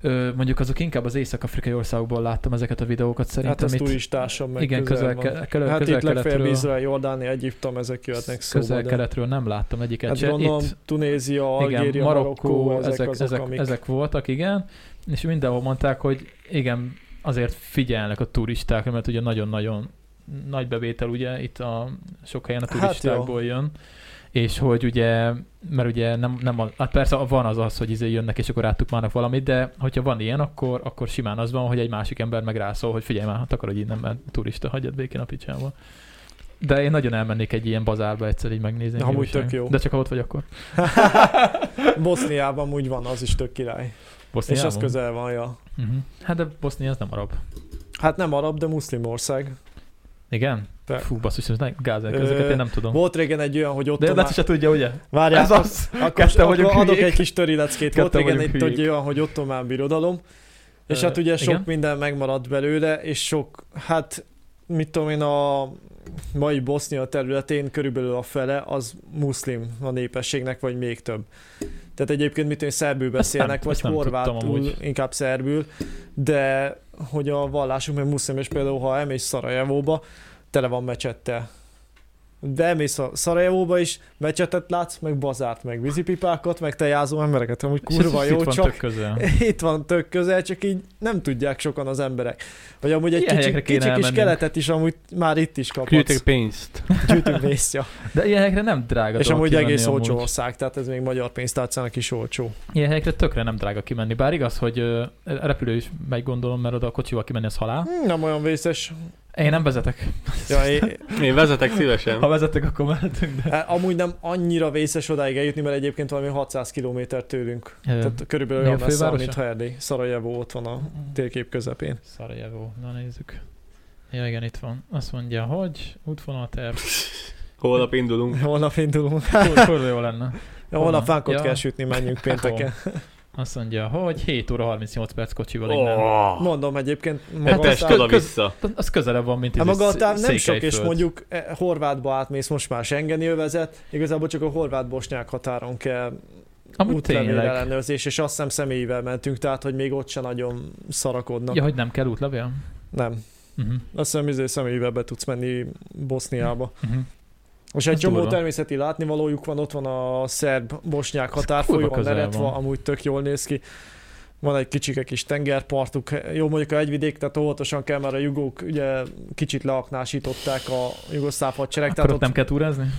S1: ö, mondjuk azok inkább az észak-afrikai országokból láttam ezeket a videókat szerintem.
S2: Hát ez
S1: itt-
S2: turistásom, meg
S1: igen,
S2: közel
S1: közel,
S2: van.
S1: közel, közel,
S2: Hát
S1: közel
S2: itt legfeljebb
S1: keletről,
S2: Izrael, Jordánia, Egyiptom, ezek jöhetnek szóba.
S1: közel
S2: de...
S1: keletről nem láttam egyiket
S2: Hát
S1: se.
S2: gondolom,
S1: Itt-
S2: Tunézia, Algéria,
S1: igen,
S2: Marokkó, ezek,
S1: ezek,
S2: azok,
S1: ezek,
S2: amik...
S1: ezek voltak, igen, és mindenhol mondták, hogy igen, azért figyelnek a turistákra, mert ugye nagyon-nagyon nagy bevétel ugye itt a sok helyen a
S2: Hát
S1: turistákból hát jön, és hogy ugye, mert ugye nem, nem a, hát persze van az az, hogy izé jönnek, és akkor ráttuk márnak valamit, de hogyha van ilyen, akkor, akkor simán az van, hogy egy másik ember meg rászól, hogy figyelj már, hát akarod innen, mert turista, hagyjad békén a picsába. De én nagyon elmennék egy ilyen bazárba egyszer így megnézni.
S2: Na, amúgy
S1: újság.
S2: tök jó.
S1: De csak ha ott vagy, akkor.
S2: *laughs* Boszniában úgy van, az is tök király. És
S1: Boszniában?
S2: az közel van, ja.
S1: Uh-huh. Hát de Bosznia az nem arab.
S2: Hát nem arab, de muszlim ország.
S1: Igen?
S2: De.
S1: Fú, basszus, ez ne- gázel,
S2: Ö,
S1: ezeket én nem tudom.
S2: Volt régen egy olyan, hogy ott...
S1: De
S2: a
S1: lehet, se tudja, ugye?
S2: Várjál,
S1: Ez az!
S2: akkor,
S1: Ketten
S2: akkor
S1: vagyunk
S2: adok
S1: hülyék.
S2: egy kis törileckét. Volt
S1: Ketten
S2: régen
S1: vagyunk
S2: egy, egy
S1: hülyék.
S2: olyan, hogy ottomán birodalom, és
S1: Ö,
S2: hát ugye sok
S1: igen.
S2: minden megmaradt belőle, és sok, hát mit tudom én, a mai Bosznia területén körülbelül a fele az muszlim a népességnek, vagy még több. Tehát egyébként mit én szerbül beszélnek,
S1: nem- ezt nem
S2: vagy
S1: tudtam
S2: horvátul,
S1: amúgy.
S2: inkább szerbül, de hogy a vallásunk, mert muszlim, és például ha elmész Szarajevóba, tele van mecsettel. De elmész a Szarajevóba is, mecsetet látsz, meg bazárt, meg vízipipákat, meg tejázó embereket, amúgy
S1: És ez
S2: kurva
S1: is
S2: jó,
S1: *laughs* itt van
S2: csak
S1: tök közel.
S2: *laughs* itt van tök közel, csak így nem tudják sokan az emberek. Vagy amúgy egy
S1: Ilyen
S2: kicsi,
S1: helyekre kéne
S2: kicsi kis
S1: elmennünk.
S2: keletet is amúgy már itt is kaphatsz.
S3: Küldtek pénzt.
S2: Gyűjtünk
S1: *laughs*
S2: részja.
S1: De ilyen helyekre nem drága
S2: És
S1: dolog
S2: amúgy
S1: kimenni
S2: egész olcsó ország, tehát ez még magyar pénztárcának is olcsó.
S1: Ilyen helyekre tökre nem drága kimenni. Bár igaz, hogy ö, repülő is megy gondolom, mert oda a kocsival kimenni az halál.
S2: Hm, Nem olyan vészes.
S1: Én nem vezetek. *laughs*
S2: Ja, é-
S3: Én vezetek
S1: Ha
S3: szívesen.
S1: vezetek, akkor mehetünk, de...
S2: eh, amúgy nem annyira vészes odáig eljutni, mert egyébként valami 600 km tőlünk. Tehát körülbelül
S1: Mi a
S2: olyan messze, van,
S1: fővárosa?
S2: mint Erdély. Szarajevó ott van a térkép közepén. *laughs*
S1: Szarajevó. Na nézzük. Ja, igen, itt van. Azt mondja, hogy
S2: *laughs*
S1: útvonalterv.
S3: Holnap indulunk.
S2: Holnap indulunk.
S1: Kur- Kurva jó lenne.
S2: Ja, *laughs* holnap
S1: Honnan?
S2: fánkot
S1: Ja.
S2: kell sütni, menjünk
S1: *laughs*
S2: pénteken.
S1: Azt mondja, hogy 7 óra 38 perc kocsival innen.
S3: Oh,
S2: Mondom egyébként. maga a
S3: Hetest
S2: szám-
S1: köz-
S3: oda-vissza.
S1: Az közelebb van, mint
S2: Hát maga a
S1: Sz-
S2: táv nem sok, és
S1: Székelyföld.
S2: mondjuk eh, Horvátba átmész, most már Schengeni övezet, igazából csak a horvát-bosnyák határon kell
S1: Amúgy
S2: útlevél
S1: tényleg.
S2: ellenőrzés, és azt hiszem személyével mentünk, tehát hogy még ott se nagyon szarakodnak.
S1: Ja, hogy nem kell útlevél?
S2: Nem.
S1: Uh-huh.
S2: Azt hiszem, hogy személyével be tudsz menni Boszniába.
S1: Uh-huh.
S2: És egy
S1: Ez
S2: csomó
S1: durva.
S2: természeti látnivalójuk van, ott van a szerb-bosnyák
S1: kurva
S2: határfolyó, a
S1: közel van.
S2: Neretva, amúgy tök jól néz ki. Van egy kicsike kis tengerpartuk, jó mondjuk a egyvidék, tehát óvatosan kell, mert a jugók ugye kicsit leaknásították a jugoszláv hadsereg,
S1: Akkor
S2: tehát
S1: ott
S2: ott
S1: nem kell túrázni?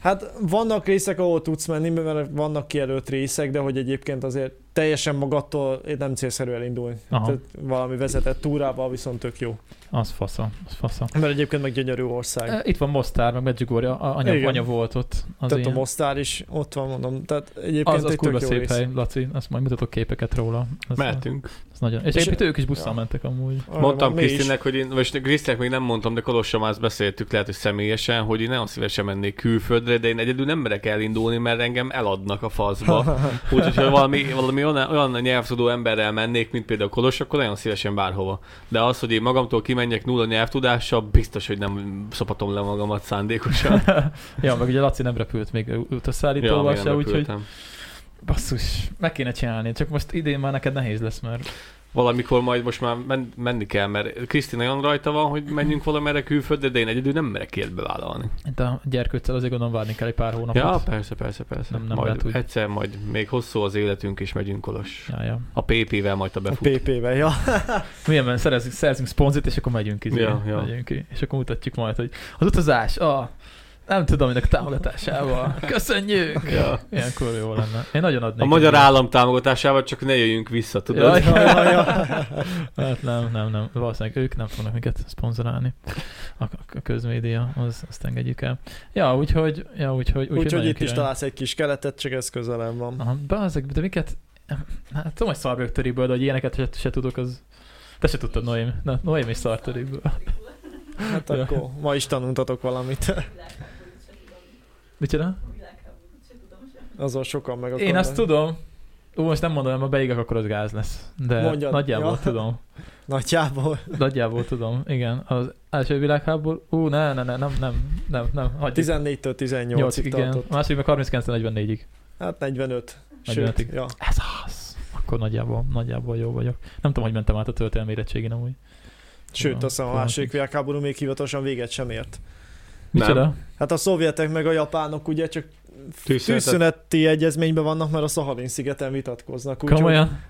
S2: Hát vannak részek, ahol tudsz menni, mert vannak kijelölt részek, de hogy egyébként azért teljesen magadtól nem célszerű elindulni.
S1: Aha.
S2: Tehát valami vezetett túrával viszont tök jó.
S1: Az fasza, az fasza.
S2: Mert egyébként meg gyönyörű ország.
S1: E, Itt van Mostár, meg Medjugorje, a- anya,
S2: Igen.
S1: anya volt ott. Az
S2: Tehát a
S1: ilyen.
S2: Mostár is ott van, mondom. Tehát egyébként
S1: az, az
S2: egy
S1: kurva
S2: tök jó
S1: szép
S2: rész.
S1: hely, Laci, azt majd mutatok képeket róla. Ez,
S3: Mehetünk.
S1: Ez nagyon. És,
S2: És-
S1: egyébként ők is busszal
S2: ja.
S1: mentek amúgy.
S2: Arra
S3: Mondtam
S2: van, mi is.
S3: Krisztinnek, hogy én, vagy Krisztinek még nem mondtam, de Kolossa már ezt beszéltük, lehet, hogy személyesen, hogy én nagyon szívesen mennék külföldre, de én egyedül nem merek elindulni, mert engem eladnak a faszba. Úgyhogy, ha valami, valami olyan, olyan nyelvtudó emberrel mennék, mint például Kolos, akkor nagyon szívesen bárhova. De az, hogy én magamtól kimenjek nulla nyelvtudással, biztos, hogy nem szopatom le magamat szándékosan.
S1: *laughs* ja, meg ugye Laci nem repült még utaszállítóval
S3: még
S1: ja,
S3: nem
S1: se, úgyhogy
S3: repültem.
S1: basszus, meg kéne csinálni. Csak most idén már neked nehéz lesz, mert
S3: Valamikor majd most már men- menni kell, mert Krisztina olyan rajta van, hogy menjünk valamerre külföldre, de én egyedül nem merek ilyet bevállalni.
S1: itt a gyerkőccel azért gondolom várni kell egy pár hónapot.
S3: Ja, persze, persze, persze.
S1: Nem- nem
S3: majd
S1: lehet úgy.
S3: Egyszer majd még hosszú az életünk, és megyünk kolos.
S1: ja, ja.
S3: A PP-vel majd a
S2: A
S3: befut.
S2: PP-vel, ja.
S1: Milyen mert szerezünk, szerzünk szponzit, és akkor megyünk ki.
S3: Ja, ja.
S1: Megyünk ki. És akkor mutatjuk majd, hogy az utazás, a nem tudom, minek
S3: *laughs*
S1: támogatásával. Köszönjük!
S3: Ja.
S1: Ilyenkor jó lenne. Én nagyon adnék.
S3: A magyar
S1: egy-
S3: állam támogatásával csak ne jöjjünk vissza, tudod?
S1: Jaj, jaj, jaj,
S3: *laughs*
S2: ja.
S1: Hát nem, nem, nem. Valószínűleg ők nem fognak minket szponzorálni. A, a, a közmédia, az, azt engedjük el. Ja, úgyhogy, ja, úgyhogy,
S2: Úgyhogy
S1: nagyon
S2: itt is
S1: király.
S2: találsz egy kis keletet, csak ez közelem van.
S1: Aha, bazeg, de miket... Hát tudom, hogy szar vagyok töriből, de hogy ilyeneket se, se tudok, az... Te se tudtad, Noém. Na, Noém is szar töriből.
S2: Hát
S1: Ja.
S2: akkor ma is tanultatok valamit. *laughs*
S1: Mit csinál?
S2: Azon sokan meg
S1: Én azt tudom. Ú, most nem mondom, el, ha beigak, akkor az gáz lesz. De
S2: Mondjad.
S1: nagyjából
S2: Ja.
S1: tudom.
S2: Nagyjából.
S1: Nagyjából tudom, igen. Az első világháború... Ú, ne, ne, ne, nem, nem, nem, nem. Hagyjuk.
S2: 14-től
S1: 8,
S2: 18-ig
S1: igen.
S2: tartott.
S1: A második meg 39-44-ig.
S2: Hát 45.
S1: 45-ig.
S2: Sőt, ja.
S1: Ez az. Akkor nagyjából, nagyjából jó vagyok. Nem tudom, hogy mentem át a történelmi érettségén amúgy.
S2: Sőt,
S1: Ja,
S2: azt hiszem a
S1: fogalmam
S2: második
S1: sincs.
S2: világháború még hivatalosan véget sem ért.
S1: Micsoda?
S2: Hát a szovjetek meg a japánok ugye csak
S3: Tűzszünetet.
S2: tűzszüneti egyezményben vannak, mert a Szahalin szigeten vitatkoznak. Úgy, hogy-
S1: Komolyan?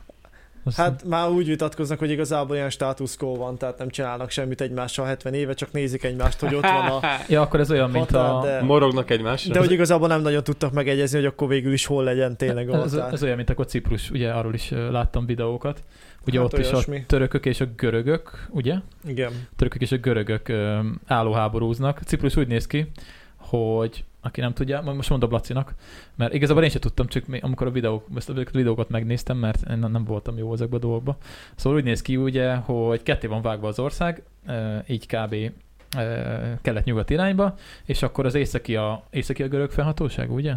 S1: Azt
S2: Hát már úgy vitatkoznak, hogy igazából ilyen status quo van, tehát nem csinálnak semmit egymással 70 éve, csak nézik egymást, hogy ott van a...
S1: Ja, akkor ez olyan, mint
S2: határ,
S1: a...
S2: de-
S3: Morognak egymásra.
S2: De hogy igazából nem nagyon tudtak megegyezni, hogy akkor végül is hol legyen tényleg a
S1: Ez,
S2: határ.
S1: ez olyan, mint akkor Ciprus, ugye arról is ö, láttam videókat. Ugye
S2: Hát
S1: ott is a
S2: olyasmi.
S1: törökök és a görögök, ugye?
S2: Igen.
S1: törökök és a görögök ö, állóháborúznak. Ciprus úgy néz ki, hogy aki nem tudja, majd most mondom Lacinak, mert igazából én sem tudtam, csak mi- amikor a, videók, ezt a videókat megnéztem, mert én nem voltam jó ezekben a dolgokban. Szóval úgy néz ki ugye, hogy ketté van vágva az ország, ö, így kb. ö, kelet-nyugat irányba, és akkor az északi a, északi a görög felhatóság, ugye?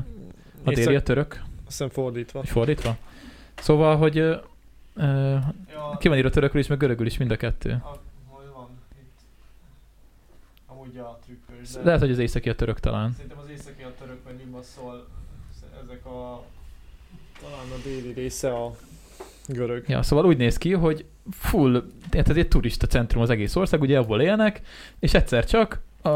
S1: A déli a
S2: Észak-
S1: török,
S2: Azt hiszem fordítva.
S1: vagy fordítva. Szóval, hogy ö, ö, ki van írva törökül is, meg görögül is mind a kettő.
S2: hát, Hol van? Amúgy a trükkös,
S1: Lehet, hogy az északi a török talán.
S2: Szerintem az északi a török vagy szól, ezek a... Talán a déli része a görög.
S1: Ja, szóval úgy néz ki, hogy full, tehát ez egy turista centrum az egész ország, ugye abból élnek, és egyszer csak a,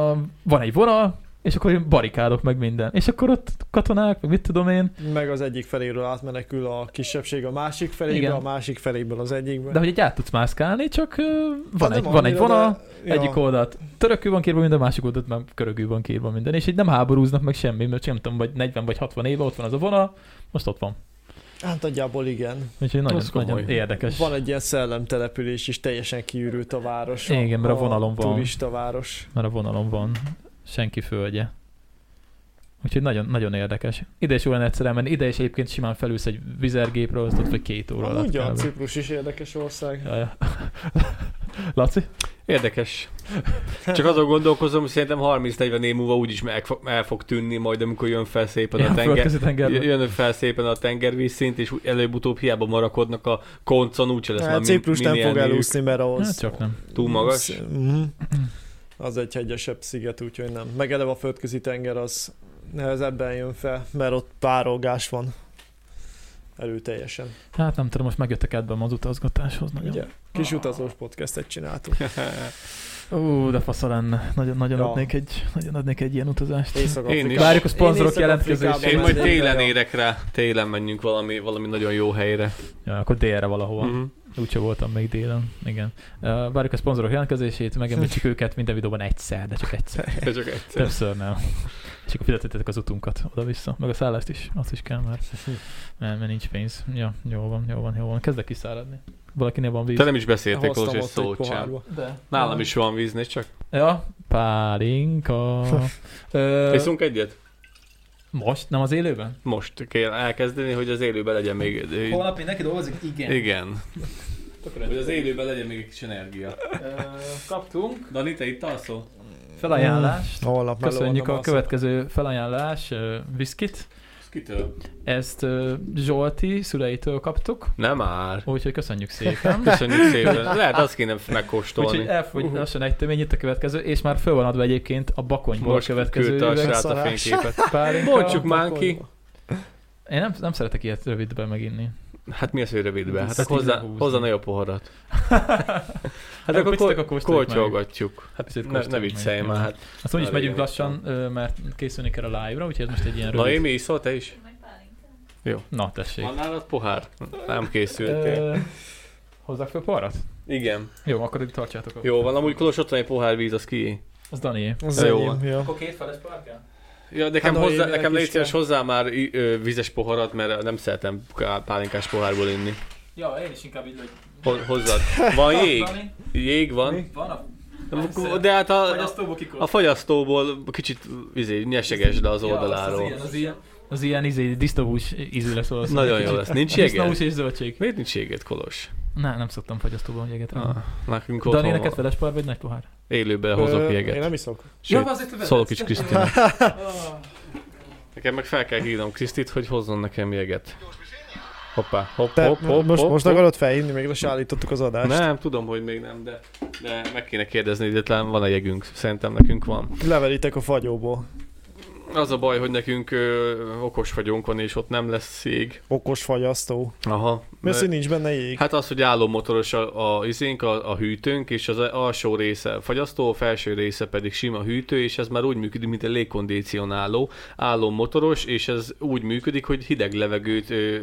S1: van egy vonal, és akkor én barikádok meg minden. És akkor ott katonák, meg mit tudom én,
S2: Meg az egyik feléről átmenekül a kisebbség a másik felébe,
S1: Igen.
S2: a másik feléből az egyikbe.
S1: de hogy egy át tudsz mászkálni, csak ö, van,
S2: Hát
S1: egy,
S2: nem
S1: van egy
S2: annyira, de-
S1: vonal,
S2: ja.
S1: egyik oldalt törökül van kírva minden, másik oldalt már körögül van kírva minden, és így nem háborúznak meg semmi, mert csak nem tudom, vagy 40 vagy 60 éve ott van az a vonal, most ott van.
S2: Hát nagyjából igen.
S1: Úgyhogy nagyon,
S3: Az komoly.
S1: nagyon érdekes.
S2: Van egy ilyen szellemtelepülés is, teljesen kiürült a város.
S1: Igen, mert a vonalon van.
S2: turista város.
S1: mert a vonalon van senki földje. Úgyhogy nagyon, nagyon érdekes. Ide is olyan egyszer elmenni, ide is egyébként simán felülsz egy vizergépre, azt ott vagy két óra alatt.
S2: Ugye a
S1: kb.
S2: Ciprus is érdekes ország.
S1: Ja, ja. *laughs* Laci?
S2: *laughs*
S3: Érdekes. Csak azon gondolkozom, hogy szerintem 30-40 év múlva úgyis meg fo- el fog tűnni majd, amikor jön fel szépen a tenger.
S1: földközi tengerben.
S3: Jön fel szépen a tengervízszint, és úgy- előbb-utóbb hiába marakodnak a koncon, úgyse lesz
S2: Hát
S3: mi-
S2: Ciprus nem
S3: minél
S2: fog
S3: nőjük.
S2: elúszni, mert ahhoz...
S1: Hát csak nem.
S3: Túl magas.
S2: Mhm. Az egy hegyesebb sziget, úgyhogy nem. Meg eleve a földközi tenger az nehezebben jön fel, mert ott párolgás van. erőteljesen.
S1: Hát nem tudom, most megjöttek ebben az utazgatáshoz nagyon.
S2: Ugye? Kis utazós podcastet csináltunk.
S1: Ó, de fasza lenne. Nagyon, nagyon,
S2: Ja.
S1: adnék egy, nagyon adnék egy ilyen utazást.
S2: Észak-Afrikában-
S3: Én is.
S1: Várjuk a szponzorok
S2: Én Észak-Afrikában
S1: jelentkezését.
S3: Én majd
S2: mennék
S3: télen
S2: el.
S3: érek rá, télen menjünk valami, valami nagyon jó helyre.
S1: Ja, akkor délre valahova. Mm.
S3: Mhm.
S1: Úgyse voltam még délen. Igen. Ö, Várjuk a szponzorok jelentkezését, *laughs* megemlítsük őket minden videóban egyszer, de csak egyszer.
S3: Ez csak egyszer.
S1: Többször nem. És akkor fizetetek az utunkat oda-vissza, meg a szállást is, azt is kell, mert, mert, mert nincs pénz. Ja, jó van, jó van, jó van. Kezdek kiszáradni. Valakinél van víz.
S3: Te nem is beszéltél
S2: Hoztam
S3: Kolos egy
S2: ott egy
S3: szót sem.
S2: pohárba.
S1: De.
S3: Nálam is van víz, nézd csak.
S1: Ja, *laughs* pálinka. Ö,
S3: Iszunk egyet?
S1: most? Nem az élőben?
S3: Most kell elkezdeni, hogy az élőben legyen még...
S1: Holnap mindenki dolgozik? Igen.
S3: Igen. Hogy az élőben legyen még egy kis energia.
S1: Ö, kaptunk
S3: Dani, te itt alszol?
S1: felajánlást.
S2: Holnap meló
S1: Köszönjük
S2: van,
S1: a
S2: nem
S1: következő felajánlás, ö, viszkit.
S3: Ez kitől?
S1: Ezt ö, Zsolti szüleitől kaptuk,
S3: Nem már.
S1: úgyhogy köszönjük
S3: *laughs*
S1: szépen.
S3: Köszönjük szépen. Lehet azt kéne
S1: Úgyhogy
S3: megkóstolni.
S1: elfogy lassan egy tömény, itt a következő, és már föl van adva egyébként a bakonyból
S3: Most
S1: a következő
S3: küldte a
S1: üveg.
S3: srác a
S2: szarás.
S3: fényképet.
S1: Pálinka.
S3: Bontsuk már
S2: Akkor-
S3: ki.
S1: Én nem, nem szeretek ilyet rövidben
S3: *laughs*
S1: meginni.
S3: Hát mi az, hogy rövidben? Hát
S1: Ezt
S3: akkor hozzá,
S1: így lehúzni.
S3: hozzá nagyobb poharat. Hát
S1: Nem,
S3: akkor
S1: picit
S3: kol-
S1: kóstoljuk meg.
S3: koltyolgatjuk. Hát
S1: Picit
S3: ne, ne
S1: kóstoljuk
S3: viccelj
S1: meg.
S3: már. Hát.
S1: Azt úgyis
S3: Elég
S1: megyünk
S3: jó.
S1: lassan, ö, mert készülni kell a live-ra, úgyhogy ez most egy ilyen
S3: Na,
S1: rövid.
S3: Émi, iszol te is?
S4: Meg pálinkát.
S1: Na, tessék.
S3: Van nálad pohár? Nem készültél.
S1: Ö, Hozzak föl parat?
S3: Igen.
S1: Jó, akkor itt tartsátok.
S3: Jó van, amúgy Kolos ott van egy pohár víz, az ki?
S1: Az Dani.
S2: Az
S3: Jó
S2: enyém,
S3: van.
S2: ja.
S1: két feles pohár kell?
S3: Ja, nekem,
S2: Hát,
S3: hát,
S2: na,
S3: hozzá,
S2: Éminek
S3: nekem
S2: is
S3: légy szíves
S2: kell.
S3: hozzá már i- ö, vízes poharat, mert nem szeretem ká- pálinkás pohárból inni.
S1: Ja, én is inkább így, hogy...
S3: Ho- hozzád. Van jég? Jég van?
S1: Van a...
S3: De, de hát a, a,
S1: fogyasztóba
S3: a fogyasztóból kicsit izé, nyeseges le az
S1: Ja,
S3: oldaláról.
S1: az, az ilyen, az ilyen izé, disznóhús ízű lesz valószínűleg.
S3: Nagyon jó
S1: kicsit.
S3: lesz. Nincs jeged?
S1: Disznóhús és zöldség.
S3: Miért nincs jéged, Kolos?
S1: Ne, nem szoktam fogyasztóban jeget
S3: Ah,
S1: ah,
S3: nekünk
S1: Dani,
S3: otthon van.
S1: neked feles pohár vagy nagy pohár?
S3: Élőben hozok
S2: Ö,
S3: jeget.
S2: Én nem iszok.
S3: Sőt,
S1: azért te
S3: szólok
S2: *laughs*
S3: is Krisztinek. Nekem meg fel kell hívnom Krisztit, hogy hozzon nekem jeget. Hoppá, hopp,
S2: Te
S3: hopp, hopp,
S2: most,
S3: hopp,
S2: most
S3: hopp.
S2: akarod felhívni, még le se állítottuk az adást.
S3: Nem, tudom, hogy még nem, de, de meg kéne kérdezni, hogy talán van-e jegünk. Szerintem nekünk van.
S2: Levelitek a fagyóból.
S3: Az a baj, hogy nekünk ö, okos vagyunk van, és ott nem lesz jég.
S2: Okos fagyasztó.
S3: Aha.
S2: Mi az, hogy nincs benne jég?
S3: Hát az, hogy állómotoros a, a izénk, a, a hűtőnk, és az alsó része fagyasztó, a felső része pedig sima hűtő, és ez már úgy működik, mint egy légkondicionáló, állómotoros, és ez úgy működik, hogy hideg levegőt ö, ö,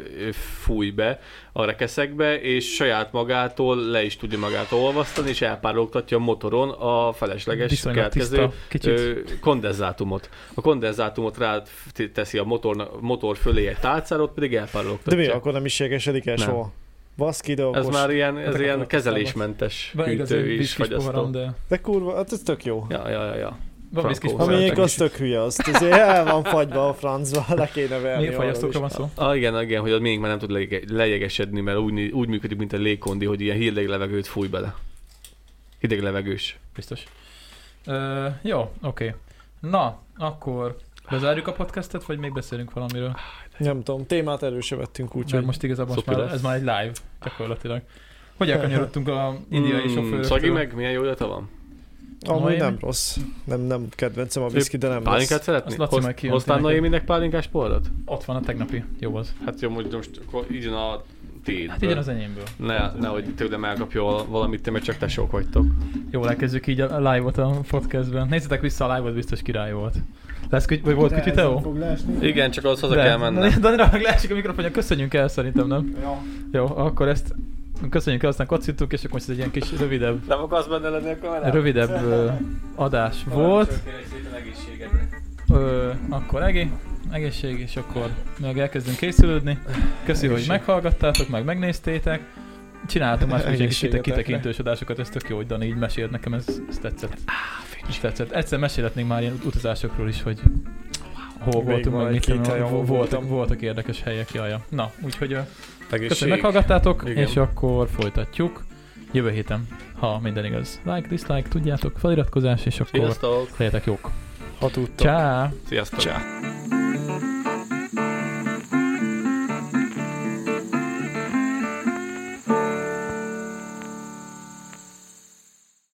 S3: fúj be a rekeszekbe, és saját magától le is tudja magát olvasztani, és elpárologtatja a motoron a felesleges
S1: Viszonylag
S3: keletkező
S1: tiszta. Kicsit.
S3: ö, kondenzátumot. A kondenzátumot rá t- teszi a motor, motor fölé egy tálcára, ott pedig
S2: De mi,
S3: elpárologtatja.
S2: akkor nem is jégesedik el
S3: Nem.
S2: soha? Baszki, de
S3: Ez
S2: okos.
S3: már ilyen, ez
S1: ezek
S3: ilyen
S1: alatt
S3: kezelésmentes
S1: Van igaz, egy
S3: hűtő is,
S1: viszkis poharam,
S3: fagyasztó.
S1: de...
S2: De kurva, hát ez tök jó.
S3: Ja, ja, ja, ja.
S1: Van viszkis
S3: Frankó.
S2: A
S1: poharam.
S2: miénk
S1: de
S2: az tök hülye, azt azért el van fagyva a francba, le kéne verni.
S1: Mi fagyasztókra van szó?
S3: Ah, igen, igen, hogy a miénk már nem tud lege- lejegesedni, mert úgy, úgy működik, mint a légkondi, hogy ilyen hideg levegőt fúj bele. Hideg levegős.
S1: Biztos. Ö, jó, oké. Na, akkor bezárjuk a podcastet, vagy még beszélünk valamiről?
S2: Nem tudom, témát előse vettünk,
S1: Úgyhogy
S2: úgyhogy
S1: most igazából most
S3: Szopi
S1: már,
S3: lesz.
S1: ez már egy live, gyakorlatilag. Hogy elkanyarodtunk a indiai
S3: Mm,
S1: sofőröktől?
S3: Szagi meg, milyen jó ötlete van?
S2: amúgy
S1: Noémi?
S2: nem rossz. Nem, nem kedvencem a viszki, de nem rossz.
S3: Pálinkát szeretni?
S1: Azt Laci
S3: Hoz-
S1: majd kijönti
S3: Hoztál
S1: neked.
S3: Noéminek pálinkás poharat?
S1: Ott van a tegnapi, jó az.
S3: Hát jó, most, most akkor így jön a tiéd.
S1: Hát igen, az enyémből.
S3: Ne, nehogy tőlem elkapja val- valamit, te meg csak tesók vagytok.
S1: Jól elkezdjük így a a live-ot a podcastben. Nézzétek vissza, a live-ot biztos király volt. Lesz, küty- vagy volt kütyű Teó?
S3: Igen, csak az haza
S1: De.
S3: kell mennem.
S1: Danira meg leesik a mikrofonja, köszönjünk el szerintem, nem? Jó, akkor ezt köszönjük el, aztán kacítunk, és akkor most ez egy ilyen kis rövidebb,
S3: Nem akarsz benne lenni a kamerában?
S1: rövidebb ö, adás volt. Ö, akkor Egi, egészség, és akkor meg elkezdünk készülődni. Köszi, hogy meghallgattátok, meg megnéztétek. Csináltunk már egy kite-
S2: Egészségetekre.
S1: kitekintős adásokat, ez tök jó, hogy Dani így mesélt nekem, ez, ez tetszett. Ez tetszett. Egyszer mesélhetnénk már ilyen utazásokról is, hogy hol
S2: Végig
S1: voltunk,
S2: van
S1: meg
S2: egy
S1: mit
S2: két
S1: tudom,
S2: helyen,
S1: vo-
S2: ahol
S1: voltak,
S2: voltam.
S1: voltak érdekes helyek, jaja. Na, úgyhogy ö, köszönöm, hogy
S3: Egészség.
S1: meghallgattátok,
S3: Igen.
S1: és akkor folytatjuk. Jövő héten, ha minden igaz. Like, dislike, tudjátok, feliratkozás, és akkor
S3: Sziasztok!
S1: legyetek jók.
S2: Ha tudtok.
S1: Ciao.
S3: Sziasztok!
S2: Csá.